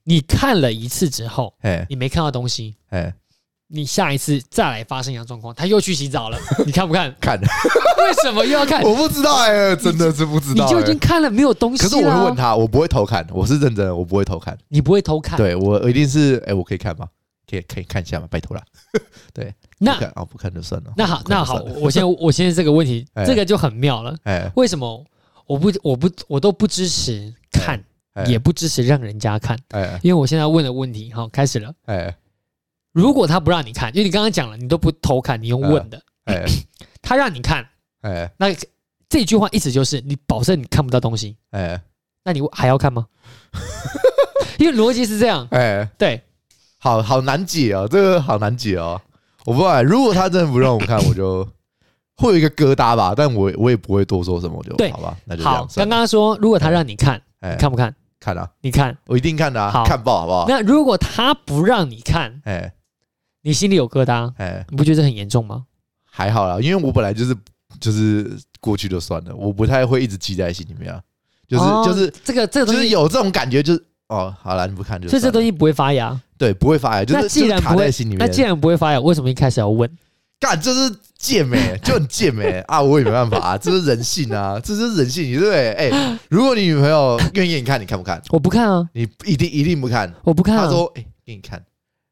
[SPEAKER 2] 你看了一次之后，
[SPEAKER 1] 哎
[SPEAKER 2] 你没看到东西，
[SPEAKER 1] 哎，
[SPEAKER 2] 你下一次再来发生一样状况，他又去洗澡了，你看
[SPEAKER 1] [LAUGHS]
[SPEAKER 2] 不 [LAUGHS] 看？
[SPEAKER 1] 看，
[SPEAKER 2] 为什么又要看？
[SPEAKER 1] 我不知道哎、
[SPEAKER 2] [LAUGHS]
[SPEAKER 1] 真的是不知
[SPEAKER 2] 你
[SPEAKER 1] 道、
[SPEAKER 2] 就已
[SPEAKER 1] 哎
[SPEAKER 2] 经啊看了没有东西
[SPEAKER 1] 可
[SPEAKER 2] 了。
[SPEAKER 1] 是我会问，他，我不会偷看，我是认真的，我不会偷看。
[SPEAKER 2] 你不会偷看？，
[SPEAKER 1] 对我一定是，哎、我可以看吗？可以可以看一下吗？拜托啦。不
[SPEAKER 2] 那
[SPEAKER 1] 看啊，不看就算了。
[SPEAKER 2] 那好，
[SPEAKER 1] 不看
[SPEAKER 2] 那
[SPEAKER 1] 就
[SPEAKER 2] 好，
[SPEAKER 1] 算了
[SPEAKER 2] 我我先我现在这个问题
[SPEAKER 1] 哎，
[SPEAKER 2] 这个就很妙了。
[SPEAKER 1] [LAUGHS] 哎
[SPEAKER 2] 为什么我不我不我都不支持看，
[SPEAKER 1] 哎
[SPEAKER 2] 也不支持让人家看？
[SPEAKER 1] 哎
[SPEAKER 2] 因为我现在问的问题，好，开始了。
[SPEAKER 1] 哎
[SPEAKER 2] 如果他不让你看，因为你刚刚讲了，你都不偷看，你用问的，
[SPEAKER 1] 哎
[SPEAKER 2] 他让你看，
[SPEAKER 1] 哎
[SPEAKER 2] 那这句话意思就是你保证你看不到东西，
[SPEAKER 1] 哎
[SPEAKER 2] 那你还要
[SPEAKER 1] [LAUGHS]
[SPEAKER 2] 看吗？因为逻辑是这样，
[SPEAKER 1] 哎，
[SPEAKER 2] 对，
[SPEAKER 1] 好好难解哦，这个好难解哦。我不知道哎，如果他真的不让我看，我就会有一个疙瘩吧，但我我也不会多说什么，我就
[SPEAKER 2] 对
[SPEAKER 1] 好吧，那就这
[SPEAKER 2] 好
[SPEAKER 1] 样。，算
[SPEAKER 2] 刚
[SPEAKER 1] 了
[SPEAKER 2] 刚说如果他让你看，
[SPEAKER 1] 哎
[SPEAKER 2] 你看不看？
[SPEAKER 1] 看啊，
[SPEAKER 2] 你看。
[SPEAKER 1] 我一定看的啊，
[SPEAKER 2] 好
[SPEAKER 1] 看爆好不好？
[SPEAKER 2] 那如果他不让你看，
[SPEAKER 1] 哎
[SPEAKER 2] 你心里有疙瘩，
[SPEAKER 1] 哎，
[SPEAKER 2] 你不觉得这很严重吗？
[SPEAKER 1] 还好啦，因为我本来就是就是过去就算了，我不太会一直记在心里面啊，就是
[SPEAKER 2] 哦
[SPEAKER 1] 就是
[SPEAKER 2] 这个这个
[SPEAKER 1] 就
[SPEAKER 2] 东
[SPEAKER 1] 是
[SPEAKER 2] 西，
[SPEAKER 1] 有这种感觉，就是哦，好了，你不看就
[SPEAKER 2] 所以这
[SPEAKER 1] 算了
[SPEAKER 2] 东西不会发芽。
[SPEAKER 1] 对不会发芽，就
[SPEAKER 2] 那
[SPEAKER 1] 是
[SPEAKER 2] 既
[SPEAKER 1] 就是
[SPEAKER 2] 然
[SPEAKER 1] 卡
[SPEAKER 2] 不
[SPEAKER 1] 在
[SPEAKER 2] 会
[SPEAKER 1] 心里面。
[SPEAKER 2] 那既然不会发芽，为什么一开始要问？
[SPEAKER 1] 干就是贱美、就很贱美、啊！我也没办法啊，这是人性啊，这是人性，对不对？哎、如果你女朋友愿意给你看，你看不看？
[SPEAKER 2] 我不看啊，
[SPEAKER 1] 你一定一定不看。
[SPEAKER 2] 我不看
[SPEAKER 1] 她
[SPEAKER 2] 啊。
[SPEAKER 1] 说：“哎、给你看。”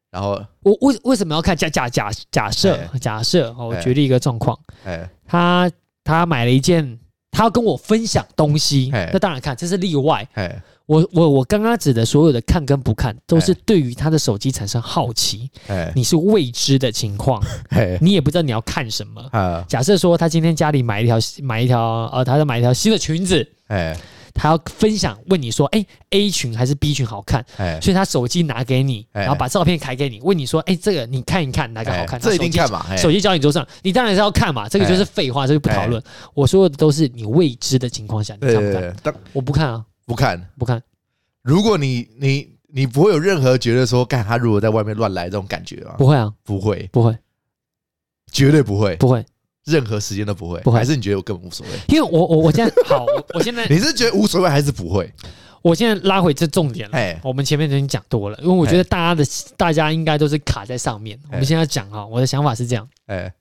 [SPEAKER 1] 然后，
[SPEAKER 2] 我为为什么要看？假假假假设
[SPEAKER 1] 哎
[SPEAKER 2] 假设，哦我
[SPEAKER 1] 哎
[SPEAKER 2] 举例一个状况，
[SPEAKER 1] 哎、
[SPEAKER 2] 他他买了一件，他要跟我分享东西
[SPEAKER 1] 哎，
[SPEAKER 2] 那当然看，这是例外。
[SPEAKER 1] 哎，
[SPEAKER 2] 我我我刚刚指的所有的看跟不看，都是对于他的手机产生好奇，
[SPEAKER 1] 哎，
[SPEAKER 2] 你是未知的情况，
[SPEAKER 1] 哎，
[SPEAKER 2] 你也不知道你要看什么。
[SPEAKER 1] 啊，
[SPEAKER 2] 假设说他今天家里买一条买一条呃，他要买一条新的裙子，
[SPEAKER 1] 哎，
[SPEAKER 2] 他要分享问你说，哎、a 裙还是 B 裙好看？
[SPEAKER 1] 哎，
[SPEAKER 2] 所以他手机拿给你，
[SPEAKER 1] 哎
[SPEAKER 2] 然后把照片开给你，问你说，哎、这个你看一看哪个好看？
[SPEAKER 1] 哎这一定
[SPEAKER 2] 他手
[SPEAKER 1] 看哎
[SPEAKER 2] 机。
[SPEAKER 1] 嘛？哎
[SPEAKER 2] 手机交你桌上，你当然是要看嘛，这个就是废话，这就不讨论。我说的都是你未知的情况下，你
[SPEAKER 1] 哎对
[SPEAKER 2] 看不
[SPEAKER 1] 对
[SPEAKER 2] 看？
[SPEAKER 1] 对，当
[SPEAKER 2] 我不看啊，
[SPEAKER 1] 不看。
[SPEAKER 2] 不看。
[SPEAKER 1] 如果你你你不会有任何觉得说，干他如果在外面乱来这种感觉啊，
[SPEAKER 2] 不会啊，
[SPEAKER 1] 不会，
[SPEAKER 2] 不会，
[SPEAKER 1] 绝对不会，
[SPEAKER 2] 不会，
[SPEAKER 1] 任何时间都不会。
[SPEAKER 2] 不会
[SPEAKER 1] 还是你觉得我根本无所谓？
[SPEAKER 2] 因为我我我现在好，我我现
[SPEAKER 1] [LAUGHS]
[SPEAKER 2] 在
[SPEAKER 1] 你是觉得无所谓还是不会？
[SPEAKER 2] 我现在拉回这重点了。
[SPEAKER 1] 哎，
[SPEAKER 2] 我们前面已经讲多了，因为我觉得大家的大家应该都是卡在上面。我
[SPEAKER 1] 哎
[SPEAKER 2] 们现在讲哈，我的想法是这样：
[SPEAKER 1] 哎，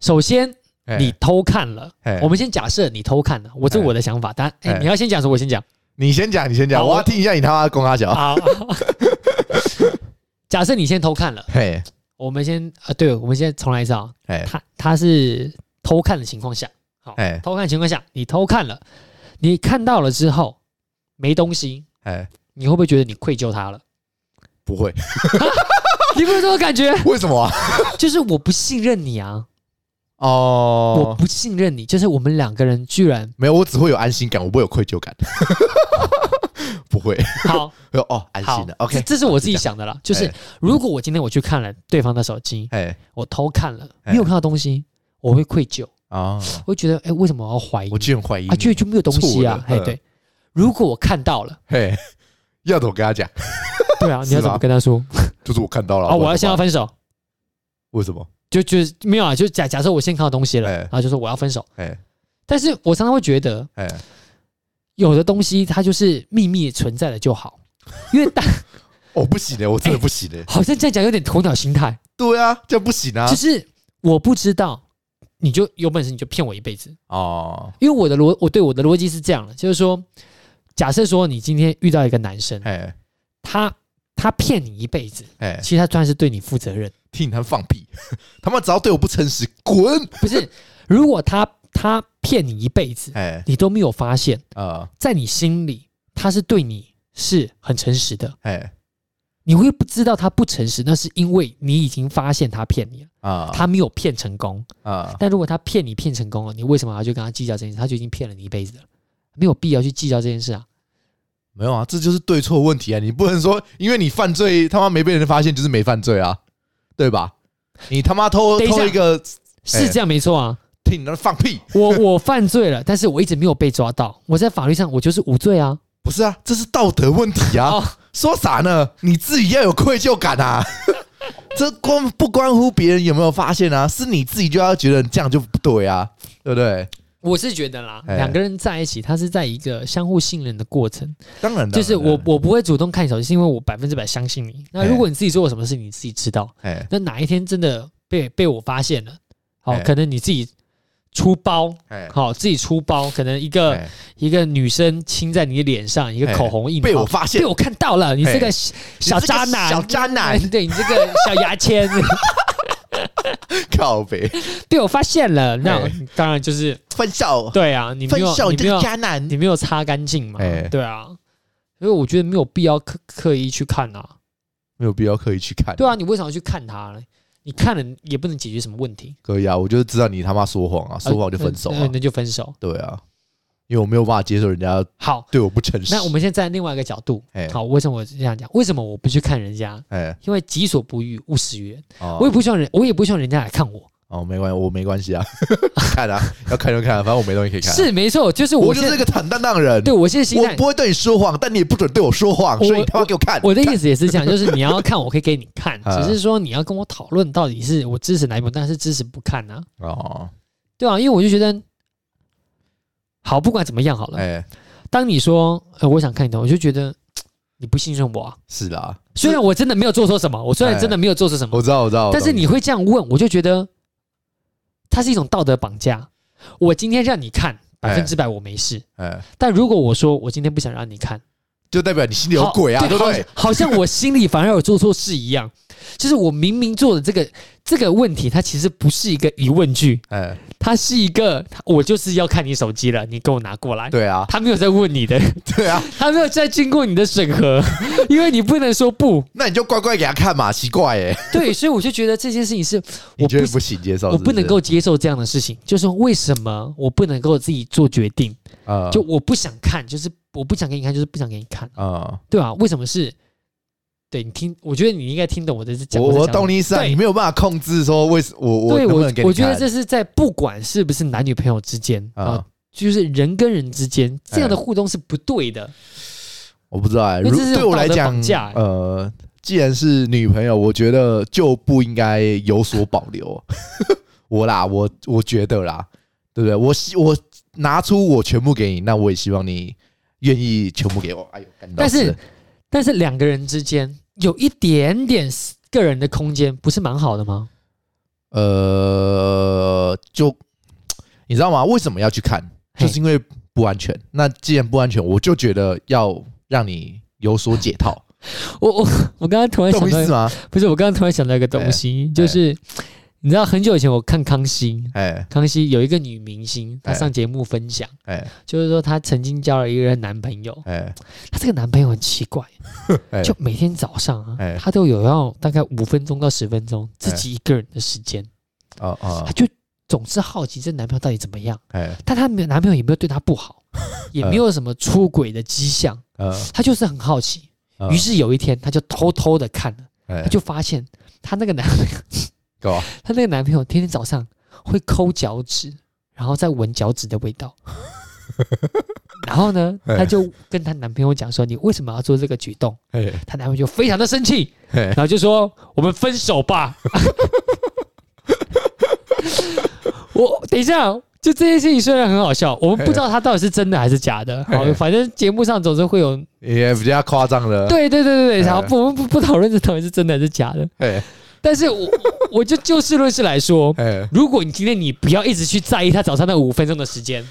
[SPEAKER 2] 首先
[SPEAKER 1] 哎
[SPEAKER 2] 你偷看了，
[SPEAKER 1] 哎
[SPEAKER 2] 我们先假设你偷看了，我这
[SPEAKER 1] 哎
[SPEAKER 2] 我的想法。但哎
[SPEAKER 1] 哎，
[SPEAKER 2] 你要先讲，说我先讲。
[SPEAKER 1] 你先讲，你先讲，
[SPEAKER 2] 好
[SPEAKER 1] 我要
[SPEAKER 2] 我
[SPEAKER 1] 听一下你他妈的公阿小。 [LAUGHS]
[SPEAKER 2] 好，假设你先偷看了，
[SPEAKER 1] 嘿，
[SPEAKER 2] 我们先啊，对，我们先重来一次啊。
[SPEAKER 1] 哎
[SPEAKER 2] 他他是偷看的情况下，好
[SPEAKER 1] 哎，
[SPEAKER 2] 偷看的情况下，你偷看了，你看到了之后没东西，
[SPEAKER 1] 哎，
[SPEAKER 2] 你会不会觉得你愧疚
[SPEAKER 1] [LAUGHS]
[SPEAKER 2] 他了？
[SPEAKER 1] 不
[SPEAKER 2] [LAUGHS]
[SPEAKER 1] 会，
[SPEAKER 2] 你会有这种感觉？
[SPEAKER 1] 为什么啊？
[SPEAKER 2] 就是我不信任你啊，我
[SPEAKER 1] 哦，
[SPEAKER 2] 不信任你，就是我们两个人居然
[SPEAKER 1] 没有，我只会有安心感，我不会有愧疚感。 [LAUGHS] 不会，
[SPEAKER 2] [LAUGHS] 好
[SPEAKER 1] 会有哦，安
[SPEAKER 2] 好
[SPEAKER 1] 心的。
[SPEAKER 2] 这
[SPEAKER 1] OK，
[SPEAKER 2] 这是我自己想的啦。就是
[SPEAKER 1] 哎
[SPEAKER 2] 如果我今天我去看了对方的手机，
[SPEAKER 1] 哎，
[SPEAKER 2] 我偷看了，
[SPEAKER 1] 哎
[SPEAKER 2] 没有看到东西，我会愧疚，
[SPEAKER 1] 哦，
[SPEAKER 2] 我会觉得哎，为什么我要怀疑
[SPEAKER 1] 我？居然怀疑
[SPEAKER 2] 啊，就
[SPEAKER 1] 你，
[SPEAKER 2] 就没有东西啊，
[SPEAKER 1] 错
[SPEAKER 2] 哎
[SPEAKER 1] 了嗯
[SPEAKER 2] 对。如果我看
[SPEAKER 1] [LAUGHS]
[SPEAKER 2] 到了，
[SPEAKER 1] 嘿，要怎么跟他讲？
[SPEAKER 2] 对啊，你要
[SPEAKER 1] 是
[SPEAKER 2] 怎
[SPEAKER 1] 吧
[SPEAKER 2] 么跟他说？
[SPEAKER 1] 就是我看到了
[SPEAKER 2] 哦，我要
[SPEAKER 1] 怎
[SPEAKER 2] 先
[SPEAKER 1] 么
[SPEAKER 2] 要
[SPEAKER 1] 办
[SPEAKER 2] 分手，
[SPEAKER 1] 为什么？
[SPEAKER 2] 就就是没有啊，就假假设我先看到东西了，
[SPEAKER 1] 哎
[SPEAKER 2] 然后就说我要分手，
[SPEAKER 1] 哎
[SPEAKER 2] 但是我常常会觉得
[SPEAKER 1] 哎，
[SPEAKER 2] 有的东西它就是秘密存在的就好，因为大。
[SPEAKER 1] 我哦不行的，欸我真的不行的
[SPEAKER 2] 好像这样讲有点鸵鸟心态，
[SPEAKER 1] 对啊，这样不行啊
[SPEAKER 2] 就。是我不知道，你就有本事你就骗我一辈子，
[SPEAKER 1] 哦，
[SPEAKER 2] 因为我的逻我对我的逻辑是这样的，就是说，假设说你今天遇到一个男生，
[SPEAKER 1] 哎
[SPEAKER 2] 他他骗你一辈子，
[SPEAKER 1] 哎，
[SPEAKER 2] 其实他算是对你负责任，
[SPEAKER 1] 听他们放屁， [LAUGHS] 他们只要对我不诚实，滚！
[SPEAKER 2] 不是？如果他他骗你一辈子，
[SPEAKER 1] 哎
[SPEAKER 2] 你都没有发现，
[SPEAKER 1] 啊
[SPEAKER 2] 在你心里他是对你是很诚实的，
[SPEAKER 1] 哎
[SPEAKER 2] 你会不知道他不诚实，那是因为你已经发现他骗你了，
[SPEAKER 1] 啊
[SPEAKER 2] 他没有骗成功。
[SPEAKER 1] 啊
[SPEAKER 2] 但如果他骗你骗成功了，你为什么还要去跟他计较这件事？他就已经骗了你一辈子了，没有必要去计较这件事啊。
[SPEAKER 1] 没有啊，这就是对错问题啊！你不能说因为你犯罪他妈没被人发现就是没犯罪啊，对吧？你他妈偷
[SPEAKER 2] 等一下
[SPEAKER 1] 偷一个哎
[SPEAKER 2] 是这样没错啊，
[SPEAKER 1] 听人放屁，
[SPEAKER 2] 我我犯罪了，但是我一直没有被抓到，我在法律上我就是无罪啊。
[SPEAKER 1] 不是啊，这是道德问题啊！
[SPEAKER 2] 哦
[SPEAKER 1] 说啥呢？你自己要有愧疚感啊！ [LAUGHS] 这关不关乎别人有没有发现啊？是你自己就要觉得这样就不对啊，对不对？
[SPEAKER 2] 我是觉得啦，
[SPEAKER 1] 哎
[SPEAKER 2] 两个人在一起，他是在一个相互信任的过程，
[SPEAKER 1] 当然的，哎
[SPEAKER 2] 就是
[SPEAKER 1] 当然
[SPEAKER 2] 我我不会主动看你手机，是因为我百分之百相信你。那如果你自己做了什么事，你自己知道。
[SPEAKER 1] 哎
[SPEAKER 2] 那哪一天真的被被我发现了，好，
[SPEAKER 1] 哎
[SPEAKER 2] 可能你自己出包，
[SPEAKER 1] 哎
[SPEAKER 2] 好，自己出包，可能一个
[SPEAKER 1] 哎
[SPEAKER 2] 一个女生亲在你的脸上，一个
[SPEAKER 1] 哎
[SPEAKER 2] 口红印
[SPEAKER 1] 被我
[SPEAKER 2] 好
[SPEAKER 1] 发现哎
[SPEAKER 2] 被，我看到了，你这个小
[SPEAKER 1] 你这个
[SPEAKER 2] 小渣男，
[SPEAKER 1] 小渣男
[SPEAKER 2] [LAUGHS] 对你这个小牙签 [LAUGHS]
[SPEAKER 1] 靠北，
[SPEAKER 2] 被我发现了，那
[SPEAKER 1] 哎
[SPEAKER 2] 当然就是
[SPEAKER 1] 分手，
[SPEAKER 2] 对啊，你没
[SPEAKER 1] 分
[SPEAKER 2] 有
[SPEAKER 1] 手，你
[SPEAKER 2] 你
[SPEAKER 1] 这
[SPEAKER 2] 没
[SPEAKER 1] 个
[SPEAKER 2] 有
[SPEAKER 1] 渣男
[SPEAKER 2] 你没有擦干净嘛
[SPEAKER 1] 哎，
[SPEAKER 2] 对啊，所以我觉得没有必要刻刻意去看啊，
[SPEAKER 1] 没有必要刻意去看。
[SPEAKER 2] 对啊，你为什么要去看他呢？你看了也不能解决什么问题，
[SPEAKER 1] 可以啊，我就知道你他妈说谎啊，说谎就分手
[SPEAKER 2] 呃
[SPEAKER 1] 啊
[SPEAKER 2] 呃，那就分手。
[SPEAKER 1] 对啊，因为我没有办法接受人家
[SPEAKER 2] 好，
[SPEAKER 1] 对我不诚实。
[SPEAKER 2] 那我们现在站另外一个角度
[SPEAKER 1] 哎，
[SPEAKER 2] 好，为什么我这样讲？为什么我不去看人家？
[SPEAKER 1] 哎，
[SPEAKER 2] 因为己所不欲，勿施于人。
[SPEAKER 1] 哦
[SPEAKER 2] 我也不希望人，我也不希望人家来看我。
[SPEAKER 1] 哦，没关系，我没关系啊， [LAUGHS] 看啊，要看就看啊，反正我没东西可以看啊。
[SPEAKER 2] 是没错，就是
[SPEAKER 1] 我
[SPEAKER 2] 我
[SPEAKER 1] 就是
[SPEAKER 2] 现
[SPEAKER 1] 一
[SPEAKER 2] 在
[SPEAKER 1] 个坦荡荡的人，
[SPEAKER 2] 对我现在心
[SPEAKER 1] 我
[SPEAKER 2] 态哦
[SPEAKER 1] 不，会对你说谎，但你也不准对我说谎，
[SPEAKER 2] 我
[SPEAKER 1] 所以你他妈给我看。
[SPEAKER 2] 我的
[SPEAKER 1] 看
[SPEAKER 2] 意思也是这样，就是你要看，我可以给你看，
[SPEAKER 1] [LAUGHS] 啊
[SPEAKER 2] 只是说你要跟我讨论到底是我支持哪一部，但是支持不看啊，
[SPEAKER 1] 哦，
[SPEAKER 2] 对啊，因为我就觉得，好，不管怎么样好了。
[SPEAKER 1] 哎，
[SPEAKER 2] 当你说呃我想看你的，我就觉得嘖你不信任我啊。
[SPEAKER 1] 是啦，
[SPEAKER 2] 虽然我真的没有做错什么，我虽然
[SPEAKER 1] 哎
[SPEAKER 2] 真的没有做错什么
[SPEAKER 1] 我，知道，我知道，
[SPEAKER 2] 但是你
[SPEAKER 1] 我
[SPEAKER 2] 会这样问，我就觉得它是一种道德绑架。我今天让你看，
[SPEAKER 1] 哎
[SPEAKER 2] 百分之百我没事。
[SPEAKER 1] 懂哎，
[SPEAKER 2] 但如果我说我今天不想让你看，
[SPEAKER 1] 就代表你心里有
[SPEAKER 2] 好
[SPEAKER 1] 鬼啊，对不
[SPEAKER 2] 好
[SPEAKER 1] 对？
[SPEAKER 2] 好像我心里反而有做错事一样。就是我明明做的这个这个问题，它其实不是一个疑问句，
[SPEAKER 1] 哎，
[SPEAKER 2] 它是一个我就是要看你手机了，你给我拿过来。
[SPEAKER 1] 对啊，
[SPEAKER 2] 他没有在问你的， [LAUGHS]
[SPEAKER 1] 对啊，
[SPEAKER 2] 他没有在经过你的审核， [LAUGHS] 因为你不能说不。
[SPEAKER 1] 那你就乖乖给他看嘛，奇怪哎，
[SPEAKER 2] 对，所以我就觉得这件事情是
[SPEAKER 1] 你
[SPEAKER 2] 我
[SPEAKER 1] 觉
[SPEAKER 2] 不
[SPEAKER 1] 得不行接受，
[SPEAKER 2] 我
[SPEAKER 1] 是不
[SPEAKER 2] 不能
[SPEAKER 1] 是
[SPEAKER 2] 够接受这样的事情，就是为什么我不能够自己做决定？
[SPEAKER 1] 呃
[SPEAKER 2] 就我不想看，就是我不想给你看，就是不想给你看，
[SPEAKER 1] 呃，
[SPEAKER 2] 对啊，为什么是？对你听，我觉得你应该听懂我的讲。
[SPEAKER 1] 我我
[SPEAKER 2] 在讲
[SPEAKER 1] 懂你意思啊，
[SPEAKER 2] 对
[SPEAKER 1] 你没有办法控制说为什我我
[SPEAKER 2] 对
[SPEAKER 1] 能
[SPEAKER 2] 我
[SPEAKER 1] 不能给你
[SPEAKER 2] 我觉得
[SPEAKER 1] 看
[SPEAKER 2] 这是在不管是不是男女朋友之间啊、
[SPEAKER 1] 啊，
[SPEAKER 2] 就是人跟人之间这样的
[SPEAKER 1] 哎
[SPEAKER 2] 互动是不对的。
[SPEAKER 1] 我不知道哎，
[SPEAKER 2] 因为
[SPEAKER 1] 如
[SPEAKER 2] 这是一种
[SPEAKER 1] 对我来
[SPEAKER 2] 道德
[SPEAKER 1] 讲
[SPEAKER 2] 绑架欸，
[SPEAKER 1] 呃，既然是女朋友，我觉得就不应该有所保留。 [LAUGHS] 我啦，我我觉得啦，对不对？我希我拿出我全部给你，那我也希望你愿意全部给我。哎呦，干到
[SPEAKER 2] 但
[SPEAKER 1] 死
[SPEAKER 2] 是
[SPEAKER 1] 了
[SPEAKER 2] 但是两个人之间有一点点个人的空间，不是蛮好的吗？
[SPEAKER 1] 呃，就你知道吗？为什么要去看？
[SPEAKER 2] 嘿
[SPEAKER 1] 就是因为不安全。那既然不安全，我就觉得要让你有所解
[SPEAKER 2] [LAUGHS]
[SPEAKER 1] 套，
[SPEAKER 2] 我我我刚刚突然想
[SPEAKER 1] 懂
[SPEAKER 2] 到
[SPEAKER 1] 意
[SPEAKER 2] 一个
[SPEAKER 1] 思吗？
[SPEAKER 2] [LAUGHS] 不是，我刚刚突然想到一个东西，就是你知道很久以前我看康熙，
[SPEAKER 1] 哎
[SPEAKER 2] 康熙有一个女明星，她
[SPEAKER 1] 哎
[SPEAKER 2] 上节目分享，
[SPEAKER 1] 哎
[SPEAKER 2] 就是说她曾经交了一个男朋友，
[SPEAKER 1] 哎
[SPEAKER 2] 她这个男朋友很奇怪，
[SPEAKER 1] 哎，
[SPEAKER 2] 就每天早上啊，
[SPEAKER 1] 哎
[SPEAKER 2] 她都有要大概五分钟到十分钟自己一个人的时间，
[SPEAKER 1] 哦哦
[SPEAKER 2] 她就总是好奇这男朋友到底怎么样，
[SPEAKER 1] 哎
[SPEAKER 2] 但她没有男朋友也没有对她不
[SPEAKER 1] [LAUGHS]
[SPEAKER 2] 好，也没有什么出轨的迹象，
[SPEAKER 1] 呃，
[SPEAKER 2] 她就是很好奇。
[SPEAKER 1] 呃
[SPEAKER 2] 于是有一天，她就偷偷的看了，
[SPEAKER 1] 哎啊
[SPEAKER 2] 她就发现她那个男 [LAUGHS] 朋友。
[SPEAKER 1] 干嘛？
[SPEAKER 2] 她那个男朋友天天早上会抠脚趾，然后再闻脚趾的味
[SPEAKER 1] [LAUGHS]
[SPEAKER 2] 道。然后呢，
[SPEAKER 1] 哎
[SPEAKER 2] 她就跟她男朋友讲说：“你为什么要做这个举动
[SPEAKER 1] 哎？”
[SPEAKER 2] 她男朋友就非常的生气，
[SPEAKER 1] 哎
[SPEAKER 2] 然后就说：“我们分手吧。”我等一下，就这件事情虽然很好笑，我们不知道它到底是真的还是假的。好，
[SPEAKER 1] 嘿
[SPEAKER 2] 反正节目上总是会有，
[SPEAKER 1] 也比较夸张了。
[SPEAKER 2] 对对对对对，
[SPEAKER 1] 嘿
[SPEAKER 2] 好，不，我们不不讨论这到底是真的还是假的。
[SPEAKER 1] 对，
[SPEAKER 2] 但是我我就就事论事来说，
[SPEAKER 1] 哎，
[SPEAKER 2] 如果你今天你不要一直去在意他早上那五分钟的时间，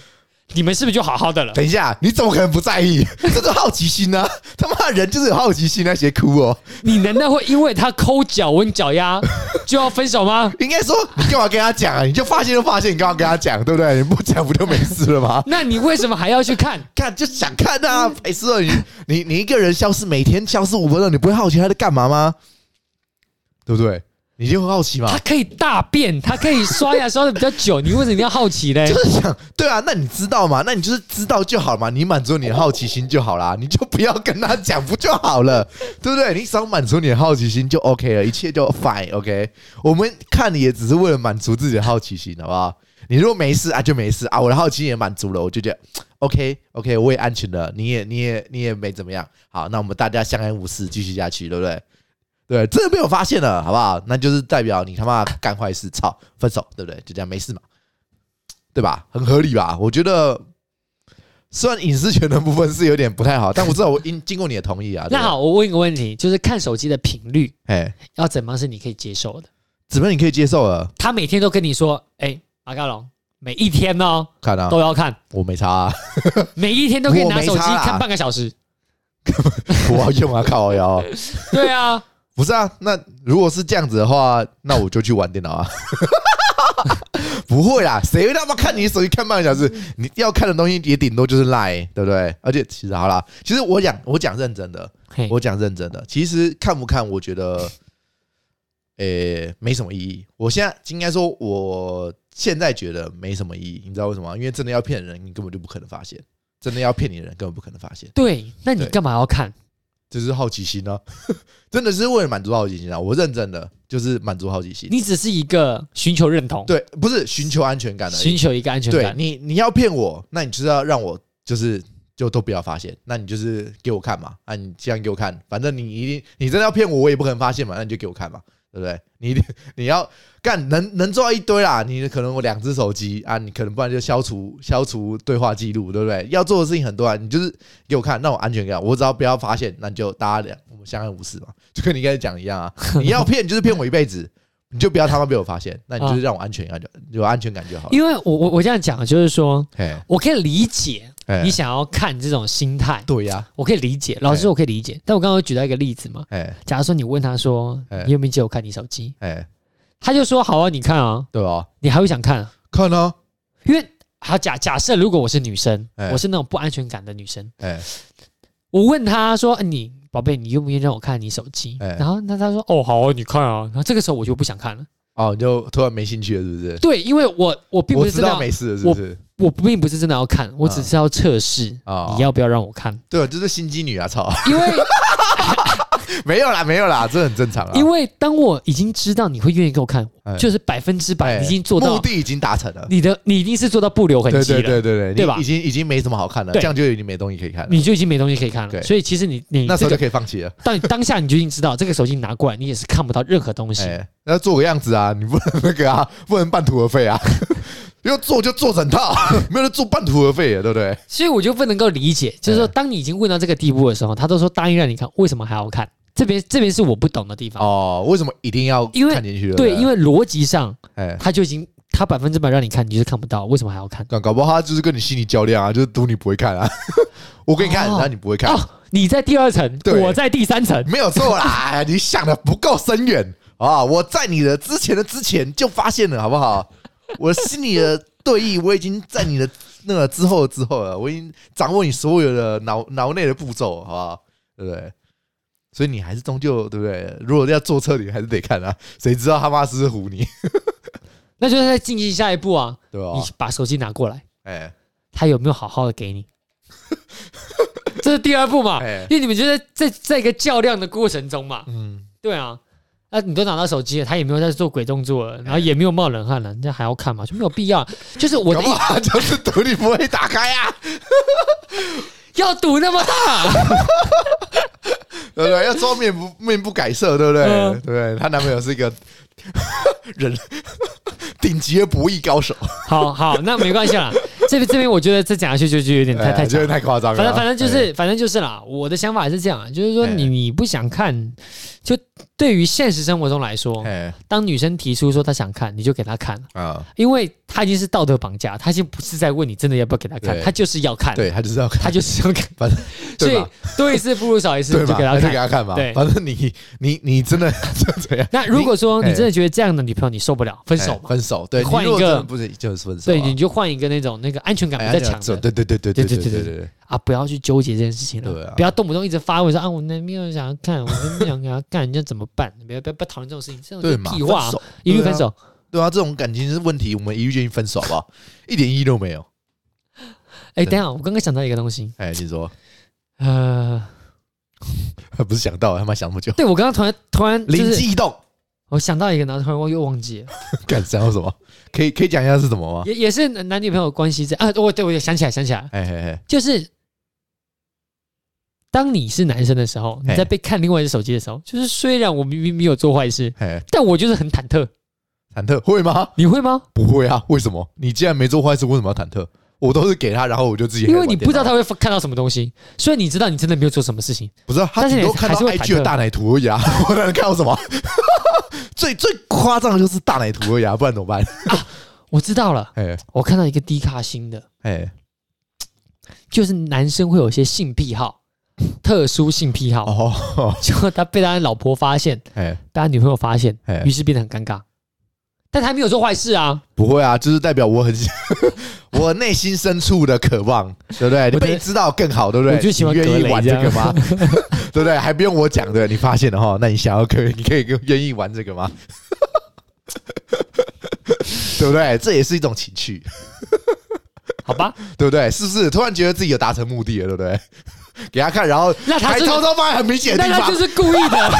[SPEAKER 2] 你们是不是就好好的了？
[SPEAKER 1] 等一下，你怎么可能不在
[SPEAKER 2] [LAUGHS]
[SPEAKER 1] 意？这个好奇心啊！他妈人就是有好奇心那些哭哦。
[SPEAKER 2] 你难道会因为他抠脚温脚丫就要分手吗？
[SPEAKER 1] 应该说，你干嘛跟他讲啊？你就发现就发现，你干嘛跟他讲，对不对？你不讲不就没事了吗？
[SPEAKER 2] 那你为什么还要去看？
[SPEAKER 1] 看就想看啊，白痴哦！你你 [LAUGHS] 你一个人消失，每天消失五分钟，你不会好奇他在干嘛吗？对不对？你就很好奇嘛
[SPEAKER 2] 他，可以大便，他可以刷牙刷的比较久，你为什么一定要好奇嘞
[SPEAKER 1] 就？是想对啊，那你知道嘛？那你就是知道就好嘛，你满足你的好奇心就好啦，你 [LAUGHS] 就不要跟他讲不就好了， [LAUGHS] 对不对？你只要满足你的好奇心就 OK 了，一切就 fine OK。我们看你也只是为了满足自己的好奇心，好不好？你如果没事啊，就没事啊，我的好奇心也满足了，我就觉得 OK OK，我也安全了，你也你也你也没怎么样。好，那我们大家相安无事，继续下去，对不对？对，真的被我发现了，好不好？那就是代表你他妈干坏事，操，分手，对不对？就这样，没事嘛。对吧？很合理吧？我觉得，虽然隐私权的部分是有点不太好，但我知道
[SPEAKER 2] [LAUGHS]
[SPEAKER 1] 我应经过你的同意啊。对
[SPEAKER 2] 那
[SPEAKER 1] 吧，
[SPEAKER 2] 好，我问一个问题，就是看手机的频率
[SPEAKER 1] 哎，
[SPEAKER 2] 要怎么样是你可以接受的？
[SPEAKER 1] 子妹你可以接受了，
[SPEAKER 2] 他每天都跟你说，哎、马嘎龙，每一天哦
[SPEAKER 1] 看啊，
[SPEAKER 2] 都要看，
[SPEAKER 1] 我没差、啊， [LAUGHS]
[SPEAKER 2] 每一天都可以
[SPEAKER 1] 我
[SPEAKER 2] 拿
[SPEAKER 1] 没
[SPEAKER 2] 手机
[SPEAKER 1] 差啊
[SPEAKER 2] 看半个小时。
[SPEAKER 1] 我要用啊，靠腰。
[SPEAKER 2] 对啊，
[SPEAKER 1] 不是啊，那如果是这样子的话，那我就去玩电脑啊。 [LAUGHS] 不会啦，谁会他妈看你手机看半个小时？你要看的东西也顶多就是 Line，对不对？而且其实好啦，其实我讲我讲认真的，
[SPEAKER 2] 嘿
[SPEAKER 1] 我讲认真的，其实看不看，我觉得， [LAUGHS] 呃、没什么意义。我现在应该说，我现在觉得没什么意义，你知道为什么吗？因为真的要骗人，你根本就不可能发现；真的要骗你的人，根本不可能发现。
[SPEAKER 2] 对，那你
[SPEAKER 1] 对
[SPEAKER 2] 干嘛要看？
[SPEAKER 1] 这是好奇心啊， [LAUGHS] 真的是为了满足好奇心啊！我认真的，就是满足好奇心。
[SPEAKER 2] 你只是一个寻求认同，
[SPEAKER 1] 对，不是寻求安全感而
[SPEAKER 2] 寻
[SPEAKER 1] 已。
[SPEAKER 2] 求一个安全
[SPEAKER 1] 对
[SPEAKER 2] 感。
[SPEAKER 1] 你，你要骗我，那你就是要让我就是就都不要发现，那你就是给我看嘛，啊，你既然给我看，反正你一定你真的要骗我，我也不可能发现嘛，那你就给我看嘛，对不对？你一定你要干能能做到一堆啦，你可能我两只手机啊，你可能不然就消除消除对话记录，对不对？要做的事情很多啊，你就是给我看，那我安全感，我只要不要发现，那你就大家两我们相安无事嘛，就跟你刚才讲的一样
[SPEAKER 2] [LAUGHS]
[SPEAKER 1] 啊，你要骗就是骗我一辈子。你就不要他妈被我发现，那你就是让我安全感就有安全感就好了。
[SPEAKER 2] 啊因为我我我这样讲，就是说
[SPEAKER 1] 嘿，
[SPEAKER 2] 我可以理解
[SPEAKER 1] 哎
[SPEAKER 2] 你想要看这种心态，
[SPEAKER 1] 对呀、
[SPEAKER 2] 我可以理解。老
[SPEAKER 1] 哎
[SPEAKER 2] 师，我可以理解。但我刚刚有举到一个例子嘛，
[SPEAKER 1] 哎
[SPEAKER 2] 假如说你问他说
[SPEAKER 1] 哎
[SPEAKER 2] 你有没有借我看你手机，
[SPEAKER 1] 哎，
[SPEAKER 2] 他就说好啊，你看啊，
[SPEAKER 1] 对哦，
[SPEAKER 2] 你还会想看啊？
[SPEAKER 1] 看啊，
[SPEAKER 2] 因为好假假设如果我是女生，
[SPEAKER 1] 哎
[SPEAKER 2] 我是那种不安全感的女生，
[SPEAKER 1] 哎
[SPEAKER 2] 我问他说哎你宝贝，你愿不愿意让我看你手机？
[SPEAKER 1] 哎
[SPEAKER 2] 然后那他说哦好啊，你看啊。然后这个时候我就不想看了，
[SPEAKER 1] 哦，你就突然没兴趣了，是不是？
[SPEAKER 2] 对，因为我我并不
[SPEAKER 1] 我
[SPEAKER 2] 是
[SPEAKER 1] 知
[SPEAKER 2] 真的
[SPEAKER 1] 道
[SPEAKER 2] 要
[SPEAKER 1] 没事了，是不是？
[SPEAKER 2] 我并不是真的要看，我只是要测试
[SPEAKER 1] 啊
[SPEAKER 2] 你要不要让我看，
[SPEAKER 1] 对，就是心机女啊，操， [LAUGHS]
[SPEAKER 2] 因为
[SPEAKER 1] 没有啦，没有啦，这很正常啊。
[SPEAKER 2] 因为当我已经知道你会愿意给我看，
[SPEAKER 1] 哎
[SPEAKER 2] 就是百分之百
[SPEAKER 1] 哎
[SPEAKER 2] 已经做
[SPEAKER 1] 目
[SPEAKER 2] 到
[SPEAKER 1] 的已经达成了，
[SPEAKER 2] 你的，你一定是做到不留痕
[SPEAKER 1] 对
[SPEAKER 2] 迹
[SPEAKER 1] 对
[SPEAKER 2] 了，
[SPEAKER 1] 对对对，
[SPEAKER 2] 对
[SPEAKER 1] 你
[SPEAKER 2] 吧
[SPEAKER 1] 已经已经没什么好看了，
[SPEAKER 2] 对
[SPEAKER 1] 这样就已经没东西可以看了，
[SPEAKER 2] 你就已经没东西可以看了。
[SPEAKER 1] 对
[SPEAKER 2] 所以其实你你
[SPEAKER 1] 那时
[SPEAKER 2] 这
[SPEAKER 1] 候就
[SPEAKER 2] 个
[SPEAKER 1] 可以放弃了。
[SPEAKER 2] 当当下你就已经知道这个手机拿过来，你也是看不到任何东西。
[SPEAKER 1] 哎，那做个样子啊，你不能那个啊， [LAUGHS] 不能半途而废啊。 [LAUGHS] 要做就做整套， [LAUGHS] 没有人做半途而废啊的，对不
[SPEAKER 2] [LAUGHS]
[SPEAKER 1] 对？
[SPEAKER 2] 所以我就不能够理解，就是说
[SPEAKER 1] 哎
[SPEAKER 2] 当你已经问到这个地步的时候，他都说答应让你看，为什么还要看？这边这边是我不懂的地方。
[SPEAKER 1] 哦，为什么一定要
[SPEAKER 2] 因为
[SPEAKER 1] 看进去了？
[SPEAKER 2] 对，因
[SPEAKER 1] 为
[SPEAKER 2] 为逻辑上
[SPEAKER 1] 哎，
[SPEAKER 2] 他就已经他百分之百让你看，你就是看不到，为什么还要看？
[SPEAKER 1] 搞搞不好他就是跟你心理较量啊，就是赌你不会看啊。 [LAUGHS] 我给你看，
[SPEAKER 2] 哦
[SPEAKER 1] 然后你不会看，
[SPEAKER 2] 哦，你在第二层，
[SPEAKER 1] 对
[SPEAKER 2] 我在第三层。
[SPEAKER 1] [LAUGHS] 没有错啦，你想的不够深远啊！我在你的之前的之前就发现了，好不好？ [LAUGHS] 我心里的对弈，我已经在你的那个之后的之后了，我已经掌握你所有的脑脑内的步骤，好不好？对不对？所以你还是终究对不对？如果要坐车，你还是得看啊，谁知道他妈是不是唬你，
[SPEAKER 2] 那就是在进行下一步啊，
[SPEAKER 1] 对吧
[SPEAKER 2] 你？把手机拿过来，
[SPEAKER 1] 哎
[SPEAKER 2] 他有没有好好
[SPEAKER 1] [LAUGHS]
[SPEAKER 2] 的给你？这是第二步嘛，
[SPEAKER 1] 哎
[SPEAKER 2] 因为你们就在在在一个较量的过程中嘛，
[SPEAKER 1] 嗯，
[SPEAKER 2] 对啊，那、你都拿到手机了，他也没有在做鬼动作了，然后也没有冒冷汗了，那还要看嘛？就没有必要。就是我
[SPEAKER 1] 我
[SPEAKER 2] 的
[SPEAKER 1] 搞不
[SPEAKER 2] 意
[SPEAKER 1] 好就是赌你不会打开啊，
[SPEAKER 2] 要赌那么大，
[SPEAKER 1] 对不对？要装面不面不改色，对不对？
[SPEAKER 2] 嗯
[SPEAKER 1] 对不对？她男朋友是一个 [LAUGHS] 人顶级的博弈高手，
[SPEAKER 2] [LAUGHS] 好好，那没关系啦。这边这边，我觉得再讲下去就就啊有点太太
[SPEAKER 1] 哎
[SPEAKER 2] 长
[SPEAKER 1] 就是
[SPEAKER 2] 了。
[SPEAKER 1] 太夸张了。
[SPEAKER 2] 反正反正就
[SPEAKER 1] 哎
[SPEAKER 2] 是反正就是啦，我的想法是这样，啊就是说
[SPEAKER 1] 哎
[SPEAKER 2] 你你不想看，就对于现实生活中来说，
[SPEAKER 1] 哎
[SPEAKER 2] 当女生提出说她想看，你就给她看，
[SPEAKER 1] 啊，
[SPEAKER 2] 因为她已经是道德绑架，她已经不是在问你真的要不要给她看
[SPEAKER 1] 对，
[SPEAKER 2] 她就是要看，
[SPEAKER 1] 对他就是要看，
[SPEAKER 2] 她就是要看，
[SPEAKER 1] 反正
[SPEAKER 2] 所
[SPEAKER 1] 对
[SPEAKER 2] 以
[SPEAKER 1] 吧？
[SPEAKER 2] 多一事不如少一事，
[SPEAKER 1] 对
[SPEAKER 2] 就
[SPEAKER 1] 吧？
[SPEAKER 2] 给她
[SPEAKER 1] 还是给
[SPEAKER 2] 看。
[SPEAKER 1] 他看吧。
[SPEAKER 2] 对
[SPEAKER 1] 反正你你你真的 [LAUGHS] 就这样，
[SPEAKER 2] 那如果说
[SPEAKER 1] 你
[SPEAKER 2] 你真的觉得这样的女朋友你受不了，分手
[SPEAKER 1] 哎
[SPEAKER 2] 嘛，
[SPEAKER 1] 分手，对，
[SPEAKER 2] 你换
[SPEAKER 1] 你如果
[SPEAKER 2] 一个
[SPEAKER 1] 真的不是就是分手啊，
[SPEAKER 2] 对，你就换一个那种那个安全感
[SPEAKER 1] 哎
[SPEAKER 2] 比较
[SPEAKER 1] 那
[SPEAKER 2] 强
[SPEAKER 1] 种
[SPEAKER 2] 的
[SPEAKER 1] 对对对对对
[SPEAKER 2] 对
[SPEAKER 1] 对
[SPEAKER 2] 对
[SPEAKER 1] 对
[SPEAKER 2] 对
[SPEAKER 1] 对，
[SPEAKER 2] 啊，不要去纠结这件事情了，
[SPEAKER 1] 对啊
[SPEAKER 2] 不要动不动一直发问说啊，我那没有想要看，我没有想要看，人家怎么办？不要不要不要讨论这种事情，这种
[SPEAKER 1] 对
[SPEAKER 2] 就
[SPEAKER 1] 嘛？
[SPEAKER 2] 屁话
[SPEAKER 1] 分，手
[SPEAKER 2] 一律
[SPEAKER 1] 对啊
[SPEAKER 2] 分手。
[SPEAKER 1] 对啊，这种感情问题，我们一律建议分手，好不好？一点意义都没有。
[SPEAKER 2] 哎，等一下，我刚刚想到一个东西，
[SPEAKER 1] 哎，你说 [LAUGHS] 哎
[SPEAKER 2] 呃，
[SPEAKER 1] 不是想到他妈想那么久，
[SPEAKER 2] 对我刚刚突然突然就
[SPEAKER 1] 灵
[SPEAKER 2] 是
[SPEAKER 1] 机一动，
[SPEAKER 2] 我想到一个，然后突然我又忘记了，
[SPEAKER 1] 干想到什么？可以可以讲一下是什么吗？
[SPEAKER 2] 也也是男女朋友关系这啊，我对我也想起来想起来，
[SPEAKER 1] 哎哎哎，
[SPEAKER 2] 就是当你是男生的时候，你
[SPEAKER 1] 哎
[SPEAKER 2] 在被看另外一只手机的时候，就是虽然我明明没有做坏事，
[SPEAKER 1] 哎，
[SPEAKER 2] 但我就是很忐忑。
[SPEAKER 1] 忐忑会吗？
[SPEAKER 2] 你会吗？
[SPEAKER 1] 不会啊，为什么？你既然没做坏事，为什么要忐忑？我都是给他，然后我就自己
[SPEAKER 2] 因为你不知道
[SPEAKER 1] 他
[SPEAKER 2] 他会看到什么东西，虽然你知道你真的没有做什么事情，
[SPEAKER 1] 不是啊他
[SPEAKER 2] 但是
[SPEAKER 1] 顶
[SPEAKER 2] 你
[SPEAKER 1] 多看到
[SPEAKER 2] 还是会忐忑
[SPEAKER 1] IG 的大奶图而已啊， [LAUGHS] 我哪能看到什么？最最夸张的就是大奶图而已啊，不然怎么办？
[SPEAKER 2] 我知道了，
[SPEAKER 1] 哎
[SPEAKER 2] 我看到一个低卡新的，
[SPEAKER 1] 哎，
[SPEAKER 2] 就是男生会有一些性癖好，特殊性癖 [LAUGHS] 好，
[SPEAKER 1] 哦，
[SPEAKER 2] 结果他被他老婆发现，
[SPEAKER 1] 哎
[SPEAKER 2] 被他女朋友发现，
[SPEAKER 1] 哎
[SPEAKER 2] 于，是变得很尴尬。但他没有做坏事啊，
[SPEAKER 1] 不会啊，就是代表我很 [LAUGHS] 我内心深处的渴望，对不对？你
[SPEAKER 2] 我觉得
[SPEAKER 1] 被知道更好，对不对？
[SPEAKER 2] 我就喜欢
[SPEAKER 1] 你
[SPEAKER 2] 格
[SPEAKER 1] 愿
[SPEAKER 2] 雷
[SPEAKER 1] 意玩
[SPEAKER 2] 这
[SPEAKER 1] 这
[SPEAKER 2] 样
[SPEAKER 1] 个吗？ [LAUGHS] 对不对？还不用我讲的，你发现了哈，那你想要可以， [LAUGHS] 你可以跟愿意玩这个吗？ [LAUGHS] 对不对？这也是一种情趣，
[SPEAKER 2] 好吧？
[SPEAKER 1] 对不对？是不是？突然觉得自己有达成目的了，对不 [LAUGHS] 对？给他看，然后
[SPEAKER 2] 那他
[SPEAKER 1] 还
[SPEAKER 2] 就是
[SPEAKER 1] 偷偷放在很明显的
[SPEAKER 2] 那
[SPEAKER 1] 地
[SPEAKER 2] 他
[SPEAKER 1] 方
[SPEAKER 2] 就，是故意的，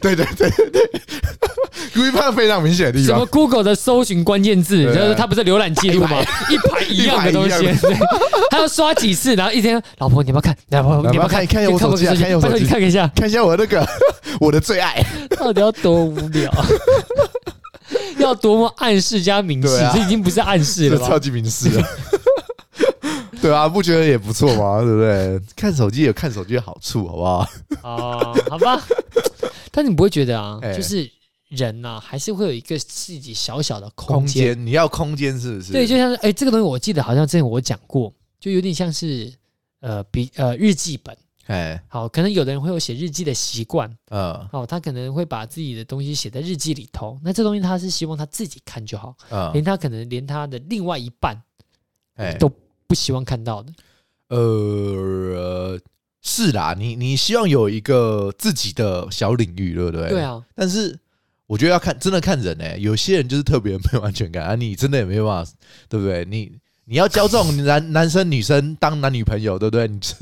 [SPEAKER 1] 对对对对对， [LAUGHS] 故意放在非常明显的地
[SPEAKER 2] 什么
[SPEAKER 1] 方，
[SPEAKER 2] Google 的搜寻关键字，
[SPEAKER 1] 对啊
[SPEAKER 2] 就是他不是浏览记录吗？ [LAUGHS] 一排一样的东西
[SPEAKER 1] [LAUGHS] 一排一样，
[SPEAKER 2] [LAUGHS] 对他要刷几次，然后一天，老婆你要不要看？老婆你要不要看？
[SPEAKER 1] 看看一下我手机啊，看一下我
[SPEAKER 2] 拜
[SPEAKER 1] 手
[SPEAKER 2] 托你
[SPEAKER 1] 机，
[SPEAKER 2] 看一下，
[SPEAKER 1] 看一下我那个 [LAUGHS] 我的最爱。
[SPEAKER 2] 到底要多无聊？ [LAUGHS] 要多么暗示加明示
[SPEAKER 1] 对？啊
[SPEAKER 2] 这已经不是暗示
[SPEAKER 1] [LAUGHS] 这
[SPEAKER 2] 了
[SPEAKER 1] 超
[SPEAKER 2] 吧？
[SPEAKER 1] 级名师了。对啊，不觉得也不错吗？对不对？看手机有看手机的好处，好不好？
[SPEAKER 2] 哦，好吧。但你不会觉得
[SPEAKER 1] [LAUGHS]
[SPEAKER 2] 啊
[SPEAKER 1] 哎，
[SPEAKER 2] 就是人呐、还是会有一个自己小小的
[SPEAKER 1] 空
[SPEAKER 2] 空间。
[SPEAKER 1] 间，你要空间是不是？
[SPEAKER 2] 对，就像是哎、这个东西我记得好像之前我讲过，就有点像是呃笔呃日记本。
[SPEAKER 1] 哎，
[SPEAKER 2] 好，可能有的人会有写日记的习惯，
[SPEAKER 1] 嗯
[SPEAKER 2] 哦，他可能会把自己的东西写在日记里头。那这东西他是希望他自己看就好，
[SPEAKER 1] 嗯，
[SPEAKER 2] 连他可能连他的另外一半
[SPEAKER 1] 哎，
[SPEAKER 2] 都不希望看到的。
[SPEAKER 1] 呃，是啦，你你希望有一个自己的小领域，对不对？
[SPEAKER 2] 对。啊，
[SPEAKER 1] 但是我觉得要看，真的看人哎、有些人就是特别没有安全感啊，你真的也没有办法，对不对？你你要教这种 [LAUGHS] 男男生女生当男女朋友，对不对？你是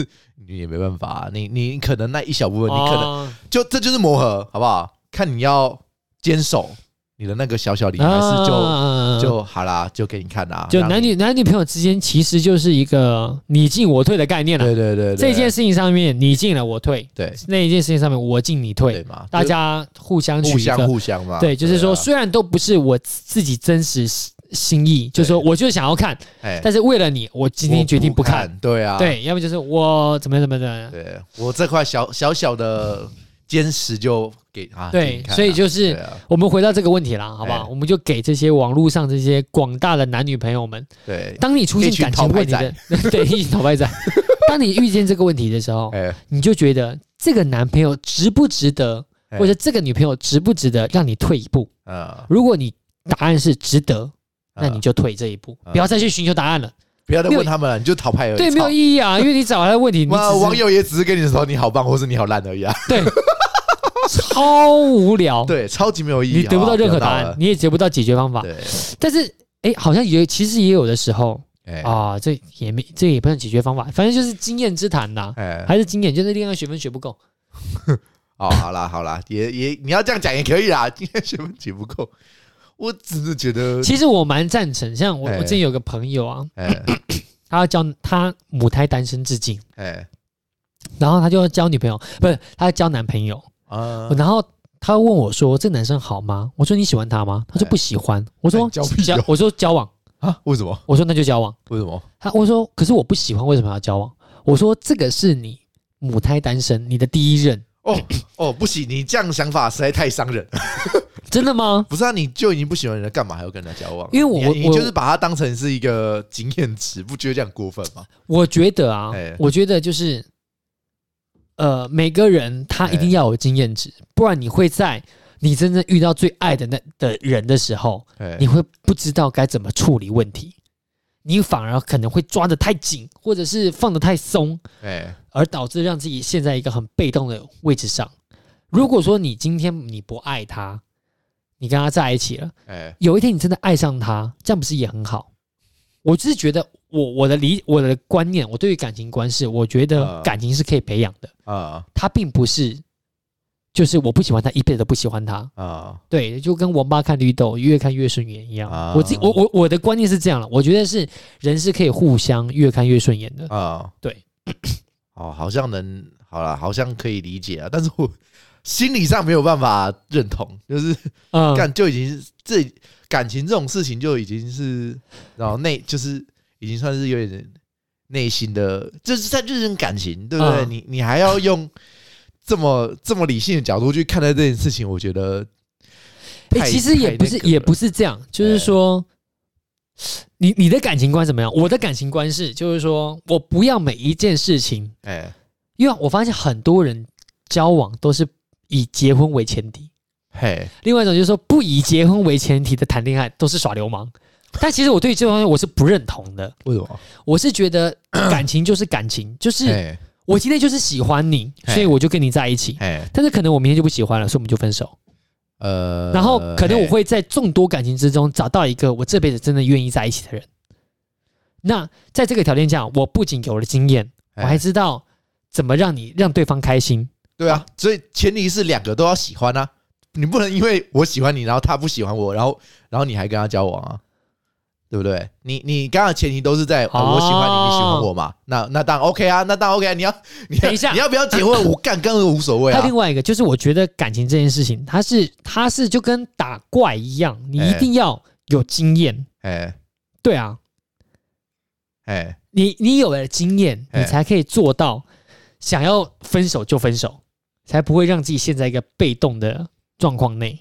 [SPEAKER 1] 你也没办法啊、你你可能那一小部分，你可能
[SPEAKER 2] 哦
[SPEAKER 1] 就这就是磨合，好不好？看你要坚守你的那个小小礼，还是就
[SPEAKER 2] 啊
[SPEAKER 1] 就好啦，就给你看啦，
[SPEAKER 2] 就
[SPEAKER 1] 让
[SPEAKER 2] 男
[SPEAKER 1] 你
[SPEAKER 2] 女男女朋友之间其实就是一个你进我退的概念了。
[SPEAKER 1] 对对对对
[SPEAKER 2] 这件事情上面你进了我退，
[SPEAKER 1] 对
[SPEAKER 2] 那一件事情上面我进你
[SPEAKER 1] 对
[SPEAKER 2] 退，
[SPEAKER 1] 嘛，
[SPEAKER 2] 大家互相
[SPEAKER 1] 就
[SPEAKER 2] 取
[SPEAKER 1] 互
[SPEAKER 2] 一个
[SPEAKER 1] 相互相嘛，
[SPEAKER 2] 对，就是说
[SPEAKER 1] 啊
[SPEAKER 2] 虽然都不是我自己真实心意，就是说我就是想要看，
[SPEAKER 1] 哎，
[SPEAKER 2] 但是为了你，我今
[SPEAKER 1] 我
[SPEAKER 2] 天决定
[SPEAKER 1] 不
[SPEAKER 2] 不看。，
[SPEAKER 1] 对啊，
[SPEAKER 2] 对，要么就是我怎么样怎么样怎么样。
[SPEAKER 1] 对，我这块小小小的坚持就给啊，给
[SPEAKER 2] 对
[SPEAKER 1] 你，看啊
[SPEAKER 2] 所以就
[SPEAKER 1] 对
[SPEAKER 2] 是
[SPEAKER 1] 啊，
[SPEAKER 2] 我们回到这个问题啦，好不好？
[SPEAKER 1] 哎
[SPEAKER 2] 我们就给这些网络上这些广大的男女朋友们，
[SPEAKER 1] 对，
[SPEAKER 2] 当你出现感情问题的，对，一群讨
[SPEAKER 1] [LAUGHS]
[SPEAKER 2] 拍仔，当你遇见这个问题的时候，
[SPEAKER 1] 哎，
[SPEAKER 2] 你就觉得这个男朋友值不值得，
[SPEAKER 1] 哎
[SPEAKER 2] 或者这个女朋友值不值得让你退一步？
[SPEAKER 1] 嗯，
[SPEAKER 2] 如果你答案是值得，那你
[SPEAKER 1] 嗯
[SPEAKER 2] 就退这一步，
[SPEAKER 1] 嗯
[SPEAKER 2] 不要再去寻求答案了。
[SPEAKER 1] 不要再
[SPEAKER 2] 没有
[SPEAKER 1] 问他们了，你就讨拍而已，
[SPEAKER 2] 对，没有
[SPEAKER 1] 义。
[SPEAKER 2] 意义啊，因为你找来的问题，你只
[SPEAKER 1] 哇，
[SPEAKER 2] 是
[SPEAKER 1] 网友也只是跟你说你好棒，或是你好烂而已啊！
[SPEAKER 2] 对超无聊，
[SPEAKER 1] 对，超级没有意义，
[SPEAKER 2] 哦你得不
[SPEAKER 1] 好好
[SPEAKER 2] 到任何
[SPEAKER 1] 要
[SPEAKER 2] 答
[SPEAKER 1] 了
[SPEAKER 2] 案，你也得不到解决方法。
[SPEAKER 1] 对，
[SPEAKER 2] 但是，哎，好像也其实也有的时候
[SPEAKER 1] 哎
[SPEAKER 2] 啊，这也没这也不算解决方法，反正就是经验之谈呐。
[SPEAKER 1] 哎，
[SPEAKER 2] 还是经验，就是恋爱学分学不够。
[SPEAKER 1] 哦，好啦好啦，也也你要这样讲也可以啦， [LAUGHS] 今天学分解不够，我只是觉得，
[SPEAKER 2] 其实我蛮赞成，像我
[SPEAKER 1] 哎
[SPEAKER 2] 我之前有个朋友啊，
[SPEAKER 1] 哎
[SPEAKER 2] 他要教他母胎单身至今，
[SPEAKER 1] 哎
[SPEAKER 2] 然后他就要交女朋友，不是他要交男朋友，
[SPEAKER 1] 啊，
[SPEAKER 2] 然后他会问我说：“这男生好吗？”我说：“你喜欢他吗？”他说：“
[SPEAKER 1] 哎
[SPEAKER 2] 不喜欢。”
[SPEAKER 1] 那
[SPEAKER 2] 我说
[SPEAKER 1] 你：“交屁哦
[SPEAKER 2] 我说：“交往。
[SPEAKER 1] 啊？为什么？”
[SPEAKER 2] 我说：“那就交往。
[SPEAKER 1] 为什么？”
[SPEAKER 2] 他我说：“可是我不喜欢，为什么要交往？”我说：“这个是你母胎单身，你的第一任，
[SPEAKER 1] 哦哦，不行，你这样想法实在太伤人。
[SPEAKER 2] 真的吗？
[SPEAKER 1] 不是啊，你就已经不喜欢人了，干嘛还要跟人家交往？啊
[SPEAKER 2] 因为我
[SPEAKER 1] 你你
[SPEAKER 2] 我
[SPEAKER 1] 就是把它当成是一个经验值，不觉得这样过分吗？
[SPEAKER 2] 我觉得啊
[SPEAKER 1] 哎，
[SPEAKER 2] 我觉得就是，呃，每个人他
[SPEAKER 1] 哎
[SPEAKER 2] 一定要有经验值，不然你会在你真正遇到最爱的那的人的时候，
[SPEAKER 1] 哎
[SPEAKER 2] 你会不知道该怎么处理问题，你反而可能会抓得太紧，或者是放得太松，
[SPEAKER 1] 哎
[SPEAKER 2] 而导致让自己陷在一个很被动的位置上。如果说你今天你不爱他，你跟他在一起了，
[SPEAKER 1] 哎，
[SPEAKER 2] 有一天你真的爱上他，这样不是也很好？我只是觉得我我的理我的观念，我对于感情观是，我觉得
[SPEAKER 1] 啊
[SPEAKER 2] 感情是可以培养的，
[SPEAKER 1] 啊
[SPEAKER 2] 他并不是。就是我不喜欢他，一辈子都不喜欢他。
[SPEAKER 1] 啊
[SPEAKER 2] 对，就跟王八看绿豆，越看越顺眼一样。
[SPEAKER 1] 啊
[SPEAKER 2] 我自己，我我我的观念是这样了，我觉得是人是可以互相越看越顺眼的。
[SPEAKER 1] 啊！
[SPEAKER 2] 对，
[SPEAKER 1] 哦，好像能，好了，好像可以理解啊，但是我心理上没有办法认同，就是
[SPEAKER 2] 嗯，
[SPEAKER 1] 干就已经这感情这种事情就已经是，然后内就是已经算是有点内心的，就是在这种感情，对不对？
[SPEAKER 2] 嗯
[SPEAKER 1] 你你还要用这么这么理性的角度去看待这件事情，我觉得
[SPEAKER 2] 哎、
[SPEAKER 1] 太
[SPEAKER 2] 其实也不是
[SPEAKER 1] 太那，个了
[SPEAKER 2] 也不是这样，就是说，
[SPEAKER 1] 哎
[SPEAKER 2] 你你的感情观怎么样？我的感情观是，就是说我不要每一件事情，
[SPEAKER 1] 哎
[SPEAKER 2] 因为我发现很多人交往都是以结婚为前提。
[SPEAKER 1] 嘿
[SPEAKER 2] 另外一种就是说，不以结婚为前提的谈恋爱都是耍
[SPEAKER 1] [LAUGHS]
[SPEAKER 2] 流氓。但其实我对这方面我是不认同的，
[SPEAKER 1] 为什么？
[SPEAKER 2] 我是
[SPEAKER 1] [COUGHS]
[SPEAKER 2] 觉得感情就是感情，就是
[SPEAKER 1] 哎
[SPEAKER 2] 我今天就是喜欢你，
[SPEAKER 1] 嘿
[SPEAKER 2] 所以我就跟你在一起。
[SPEAKER 1] 哎
[SPEAKER 2] 但是可能我明天就不喜欢了，所以我们就分手。
[SPEAKER 1] 呃，
[SPEAKER 2] 然后可能我
[SPEAKER 1] 嘿
[SPEAKER 2] 会在众多感情之中找到一个我这辈子真的愿意在一起的人。那在这个条件下，我不仅有了经验，我
[SPEAKER 1] 哎
[SPEAKER 2] 还知道怎么让你让对方开心。
[SPEAKER 1] 对啊，所以前提是两个都要喜欢啊，你不能因为我喜欢你，然后他不喜欢我，然后然后你还跟他交往啊，对不对？你你刚刚的前提都是在、呃
[SPEAKER 2] 哦
[SPEAKER 1] 我喜欢你，你喜欢我嘛，那那当然 OK 啊，那当然 OK 啊，你要你要
[SPEAKER 2] 等一下
[SPEAKER 1] 你要不要结婚？
[SPEAKER 2] [COUGHS]
[SPEAKER 1] 我干，根本无所谓
[SPEAKER 2] 还
[SPEAKER 1] 啊
[SPEAKER 2] 有。另外一个，就是我觉得感情这件事情，它是它是就跟打怪一样，你一
[SPEAKER 1] 哎
[SPEAKER 2] 定要有经验。
[SPEAKER 1] 哎
[SPEAKER 2] 对啊，
[SPEAKER 1] 哎
[SPEAKER 2] 你你有了经验，你
[SPEAKER 1] 哎
[SPEAKER 2] 才可以做到想要分手就分手，才不会让自己陷在一个被动的状况内。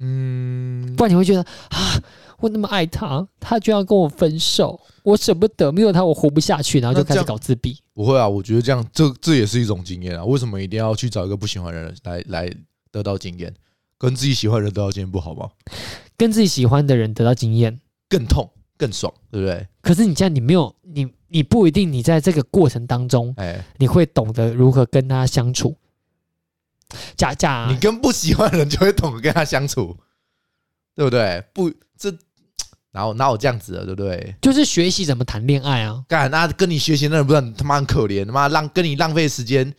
[SPEAKER 1] 嗯
[SPEAKER 2] 不然你会觉得啊，我那么爱他，他居然跟我分手，我舍不得，没有他我活不下去，然后就
[SPEAKER 1] 那这
[SPEAKER 2] 开始
[SPEAKER 1] 样
[SPEAKER 2] 搞自闭。
[SPEAKER 1] 不会啊，我觉得这样这这也是一种经验啊。为什么一定要去找一个不喜欢的人来来得到经验？跟自己喜欢的人得到经验不好吗？
[SPEAKER 2] 跟自己喜欢的人得到经验，
[SPEAKER 1] 更痛更爽，对不对？
[SPEAKER 2] 可是你这样你没有你你不一定你在这个过程当中
[SPEAKER 1] 哎，
[SPEAKER 2] 你会懂得如何跟他相处。假假
[SPEAKER 1] 你跟不喜欢的人就会懂得跟他相处，对不对？不，这哪有哪有这样子的，对不对？
[SPEAKER 2] 就是学习怎么谈恋爱啊，
[SPEAKER 1] 干，那跟你学习那人不是很他妈很可怜，他妈浪跟你浪费时间。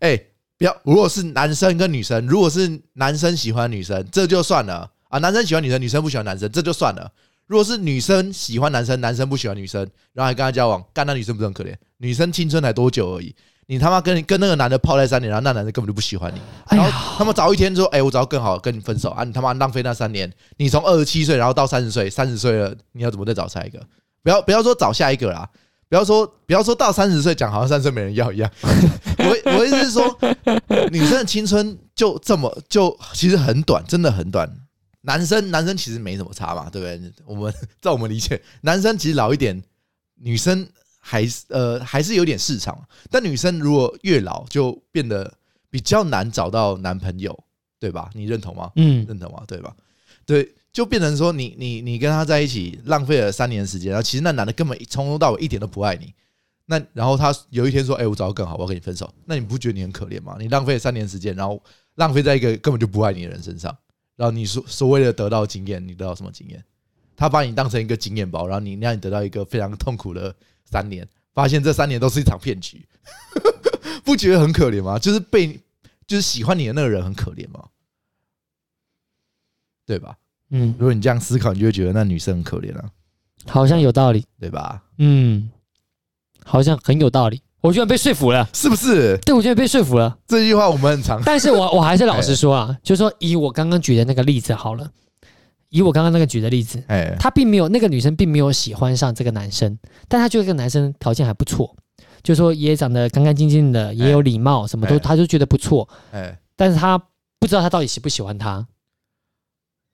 [SPEAKER 1] 哎、不要，如果是男生跟女生，如果是男生喜欢女生，这就算了啊，男生喜欢女生，女生不喜欢男生，这就算了。如果是女生喜欢男生，男生不喜欢女生，然后还跟他交往，干那女生不是很可怜？女生青春才多久而已，你他妈跟跟那个男的泡在三年，然后那男的根本就不喜欢你，
[SPEAKER 2] 哎
[SPEAKER 1] 然
[SPEAKER 2] 呀
[SPEAKER 1] 后他们早一天说，哎、我找到更好的跟你分手啊，你他妈浪费那三年，你从二十七岁然后到三十岁，三十岁了，你要怎么再找下一个？不要不要说找下一个啦，不要说不要说到三十岁讲好像三十岁没人要一样。我我意思是说，女生的青春就这么就其实很短，真的很短。男生男生其实没什么差嘛，对不对？我们照我们理解，男生其实老一点，女生还是呃还是有点市场，但女生如果越老就变得比较难找到男朋友，对吧？你认同吗？
[SPEAKER 2] 嗯，
[SPEAKER 1] 认同吗？对吧？对，就变成说你你你跟他在一起浪费了三年的时间，然后其实那男的根本从头到尾一点都不爱你。那然后他有一天说：“哎、我找到更好，我要跟你分手。”那你不觉得你很可怜吗？你浪费了三年时间，然后浪费在一个根本就不爱你的人身上，然后你所所谓的得到经验，你得到什么经验？他把你当成一个经验包，然后你让你得到一个非常痛苦的三年，发现这三年都是一场骗局， [LAUGHS] 不觉得很可怜吗？就是被就是喜欢你的那个人很可怜吗？对吧？
[SPEAKER 2] 嗯，
[SPEAKER 1] 如果你这样思考，你就会觉得那女生很可怜啊，
[SPEAKER 2] 好像有道理，
[SPEAKER 1] 对吧？
[SPEAKER 2] 嗯，好像很有道理。我我居然被说服了。
[SPEAKER 1] 是不是？
[SPEAKER 2] 对，我居然被说服了。
[SPEAKER 1] 这句话我们很 [LAUGHS] 常
[SPEAKER 2] 但是我我还是老实说啊，就是说以我刚刚举的那个例子好了，以我刚刚那个举的例子，
[SPEAKER 1] 哎
[SPEAKER 2] 她并没有那个女生并没有喜欢上这个男生，但她觉得这个男生条件还不错，就说也长得干干净净的，也有礼貌，什么
[SPEAKER 1] 哎
[SPEAKER 2] 都她就觉得不错，
[SPEAKER 1] 哎
[SPEAKER 2] 但是她不知道她到底喜不喜欢他，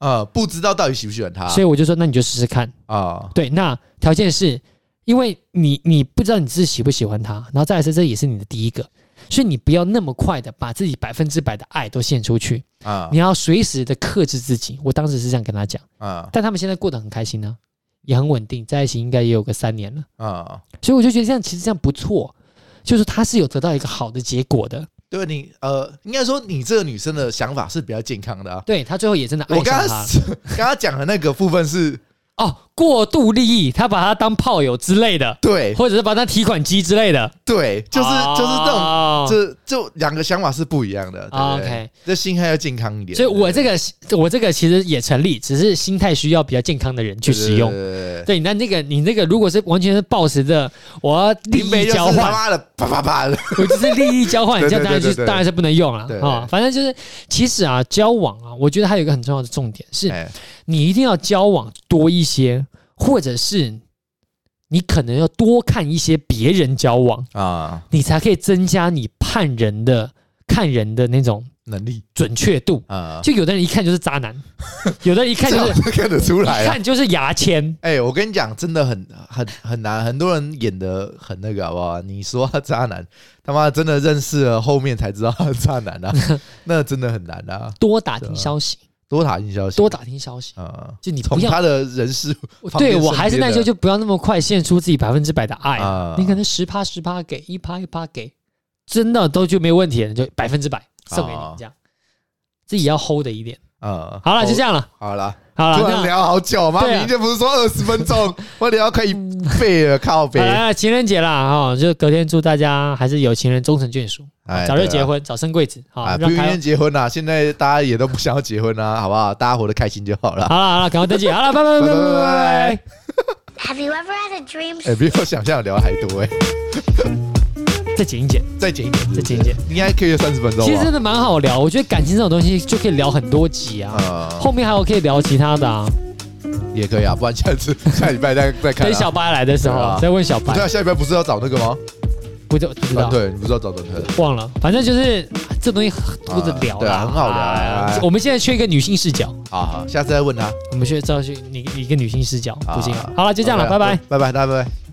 [SPEAKER 1] 啊，不知道到底喜不喜欢他
[SPEAKER 2] 所以我就说那你就试试看。
[SPEAKER 1] 啊？
[SPEAKER 2] 对，那条件是因为你你不知道你自己喜不喜欢他，然后再来是这也是你的第一个，所以你不要那么快的把自己百分之百的爱都献出去，
[SPEAKER 1] 啊
[SPEAKER 2] 你要随时的克制自己。我当时是这样跟他讲，
[SPEAKER 1] 啊
[SPEAKER 2] 但他们现在过得很开心呢、也很稳定，在一起应该也有个三年了，
[SPEAKER 1] 啊！
[SPEAKER 2] 所以我就觉得这样其实这样不错，就是他是有得到一个好的结果的，
[SPEAKER 1] 对你呃，应该说你这个女生的想法是比较健康的啊。
[SPEAKER 2] 对他最后也真的爱
[SPEAKER 1] 我刚
[SPEAKER 2] 上
[SPEAKER 1] 刚
[SPEAKER 2] 他
[SPEAKER 1] 刚刚讲的那个部分是
[SPEAKER 2] 哦，过度利益，他把他当炮友之类的， [LAUGHS]
[SPEAKER 1] 对
[SPEAKER 2] 或者是把他当提款机之类的，
[SPEAKER 1] 对，就是就是这种
[SPEAKER 2] 哦
[SPEAKER 1] 这这两个想法是不一样的。对
[SPEAKER 2] 啊
[SPEAKER 1] 不对
[SPEAKER 2] OK
[SPEAKER 1] 这心态要健康一点。
[SPEAKER 2] 所以我这个我这个其实也成立，只是心态需要比较健康的人去使用。
[SPEAKER 1] 对，
[SPEAKER 2] 对，那那个你那个如果是完全是抱持着我要利
[SPEAKER 1] 林北
[SPEAKER 2] 益
[SPEAKER 1] 就是
[SPEAKER 2] 交
[SPEAKER 1] 他
[SPEAKER 2] 换，
[SPEAKER 1] 妈的啪啪啪的。
[SPEAKER 2] 我就是利益交
[SPEAKER 1] [LAUGHS]
[SPEAKER 2] 换，
[SPEAKER 1] 对
[SPEAKER 2] 这
[SPEAKER 1] 对
[SPEAKER 2] 样当然
[SPEAKER 1] 对
[SPEAKER 2] 就
[SPEAKER 1] 对对
[SPEAKER 2] 当然是不能用了
[SPEAKER 1] 对对
[SPEAKER 2] 啊。反正就是，其实啊，交往啊，我觉得还有一个很重要的重点是，
[SPEAKER 1] 哎
[SPEAKER 2] 你一定要交往多一些，或者是你可能要多看一些别人交往，
[SPEAKER 1] 啊，
[SPEAKER 2] 你才可以增加你判人的看人的那种
[SPEAKER 1] 能力
[SPEAKER 2] 准确度。
[SPEAKER 1] 啊，
[SPEAKER 2] 就有的人一看就是渣男， [LAUGHS] 有的人一看就是
[SPEAKER 1] 这样看得出来
[SPEAKER 2] 一
[SPEAKER 1] 啊。
[SPEAKER 2] 看就是牙签。
[SPEAKER 1] 哎、我跟你讲，真的很很很难，很多人演的很那个，好不好？你说他渣男，他妈真的认识了后面才知道他是渣
[SPEAKER 2] [LAUGHS]
[SPEAKER 1] 男啊，那真的很难啊。
[SPEAKER 2] 多打听消息，
[SPEAKER 1] 多打听消息，
[SPEAKER 2] 多打听消息，
[SPEAKER 1] 啊，
[SPEAKER 2] 就你
[SPEAKER 1] 从
[SPEAKER 2] 不要
[SPEAKER 1] 他的人事旁边
[SPEAKER 2] 对
[SPEAKER 1] 身
[SPEAKER 2] 我
[SPEAKER 1] 边
[SPEAKER 2] 还是那
[SPEAKER 1] 的
[SPEAKER 2] 句，就不要那么快献出自己百分之百的爱。
[SPEAKER 1] 啊
[SPEAKER 2] 哎你可能十趴十趴给，一趴一趴给，真的都就没问题了，就百分之百送给你
[SPEAKER 1] 啊
[SPEAKER 2] 这样。自己要 hold 的一点。
[SPEAKER 1] 啊，
[SPEAKER 2] 好了，就这
[SPEAKER 1] 样，
[SPEAKER 2] 样了，
[SPEAKER 1] 好了，
[SPEAKER 2] 好了，
[SPEAKER 1] 突
[SPEAKER 2] 那
[SPEAKER 1] 然聊好久，妈，
[SPEAKER 2] 对啊
[SPEAKER 1] 明就不是说二十分
[SPEAKER 2] [LAUGHS]
[SPEAKER 1] 钟，我聊快一倍了，靠
[SPEAKER 2] 好
[SPEAKER 1] 背，
[SPEAKER 2] 了，情人节啦，哦，就隔天祝大家还是有情人终成眷属，
[SPEAKER 1] 哎
[SPEAKER 2] 早日结。
[SPEAKER 1] 对啊
[SPEAKER 2] 婚，早生贵子，好，
[SPEAKER 1] 啊，不
[SPEAKER 2] 让
[SPEAKER 1] 用
[SPEAKER 2] 台
[SPEAKER 1] 先结婚啦，现在大家也都不想要结婚啊啦，好不好？大家活得开心就好了。
[SPEAKER 2] 好了好了，赶快登
[SPEAKER 1] [LAUGHS]
[SPEAKER 2] 记，好了，拜拜拜拜拜拜。
[SPEAKER 4] Have you ever had a dream
[SPEAKER 1] 哎、比我想象的聊得还多哎、
[SPEAKER 2] 再剪一剪，
[SPEAKER 1] 再剪一点，
[SPEAKER 2] 再剪一剪。
[SPEAKER 1] 应该可以三十分钟吧。
[SPEAKER 2] 其实真的蛮好聊，我觉得感情这种东西就可以聊很多集啊，
[SPEAKER 1] 呃，
[SPEAKER 2] 后面还有可以聊其他的啊。
[SPEAKER 1] 也可以啊，不然下次下礼拜再再看、
[SPEAKER 2] 等
[SPEAKER 1] 啊
[SPEAKER 2] 小。白来的时
[SPEAKER 1] 对
[SPEAKER 2] 候
[SPEAKER 1] 啊
[SPEAKER 2] 再问小
[SPEAKER 1] 对
[SPEAKER 2] 白
[SPEAKER 1] 啊，，下礼拜不是要找那个吗？
[SPEAKER 2] 不就不知
[SPEAKER 1] 短
[SPEAKER 2] 道
[SPEAKER 1] 腿，你不是要找短腿？
[SPEAKER 2] 忘了，反正就是这东西很多着聊
[SPEAKER 1] 啊对啊很好聊啊
[SPEAKER 2] 啊我们现在缺一个女性视角，
[SPEAKER 1] 好好，下次再问他。
[SPEAKER 2] 我们需要需要去你你一个女性视角，不行
[SPEAKER 1] 啊
[SPEAKER 2] 好了，就这样了，
[SPEAKER 1] 好
[SPEAKER 2] 拜拜。
[SPEAKER 1] 拜拜，大家拜拜。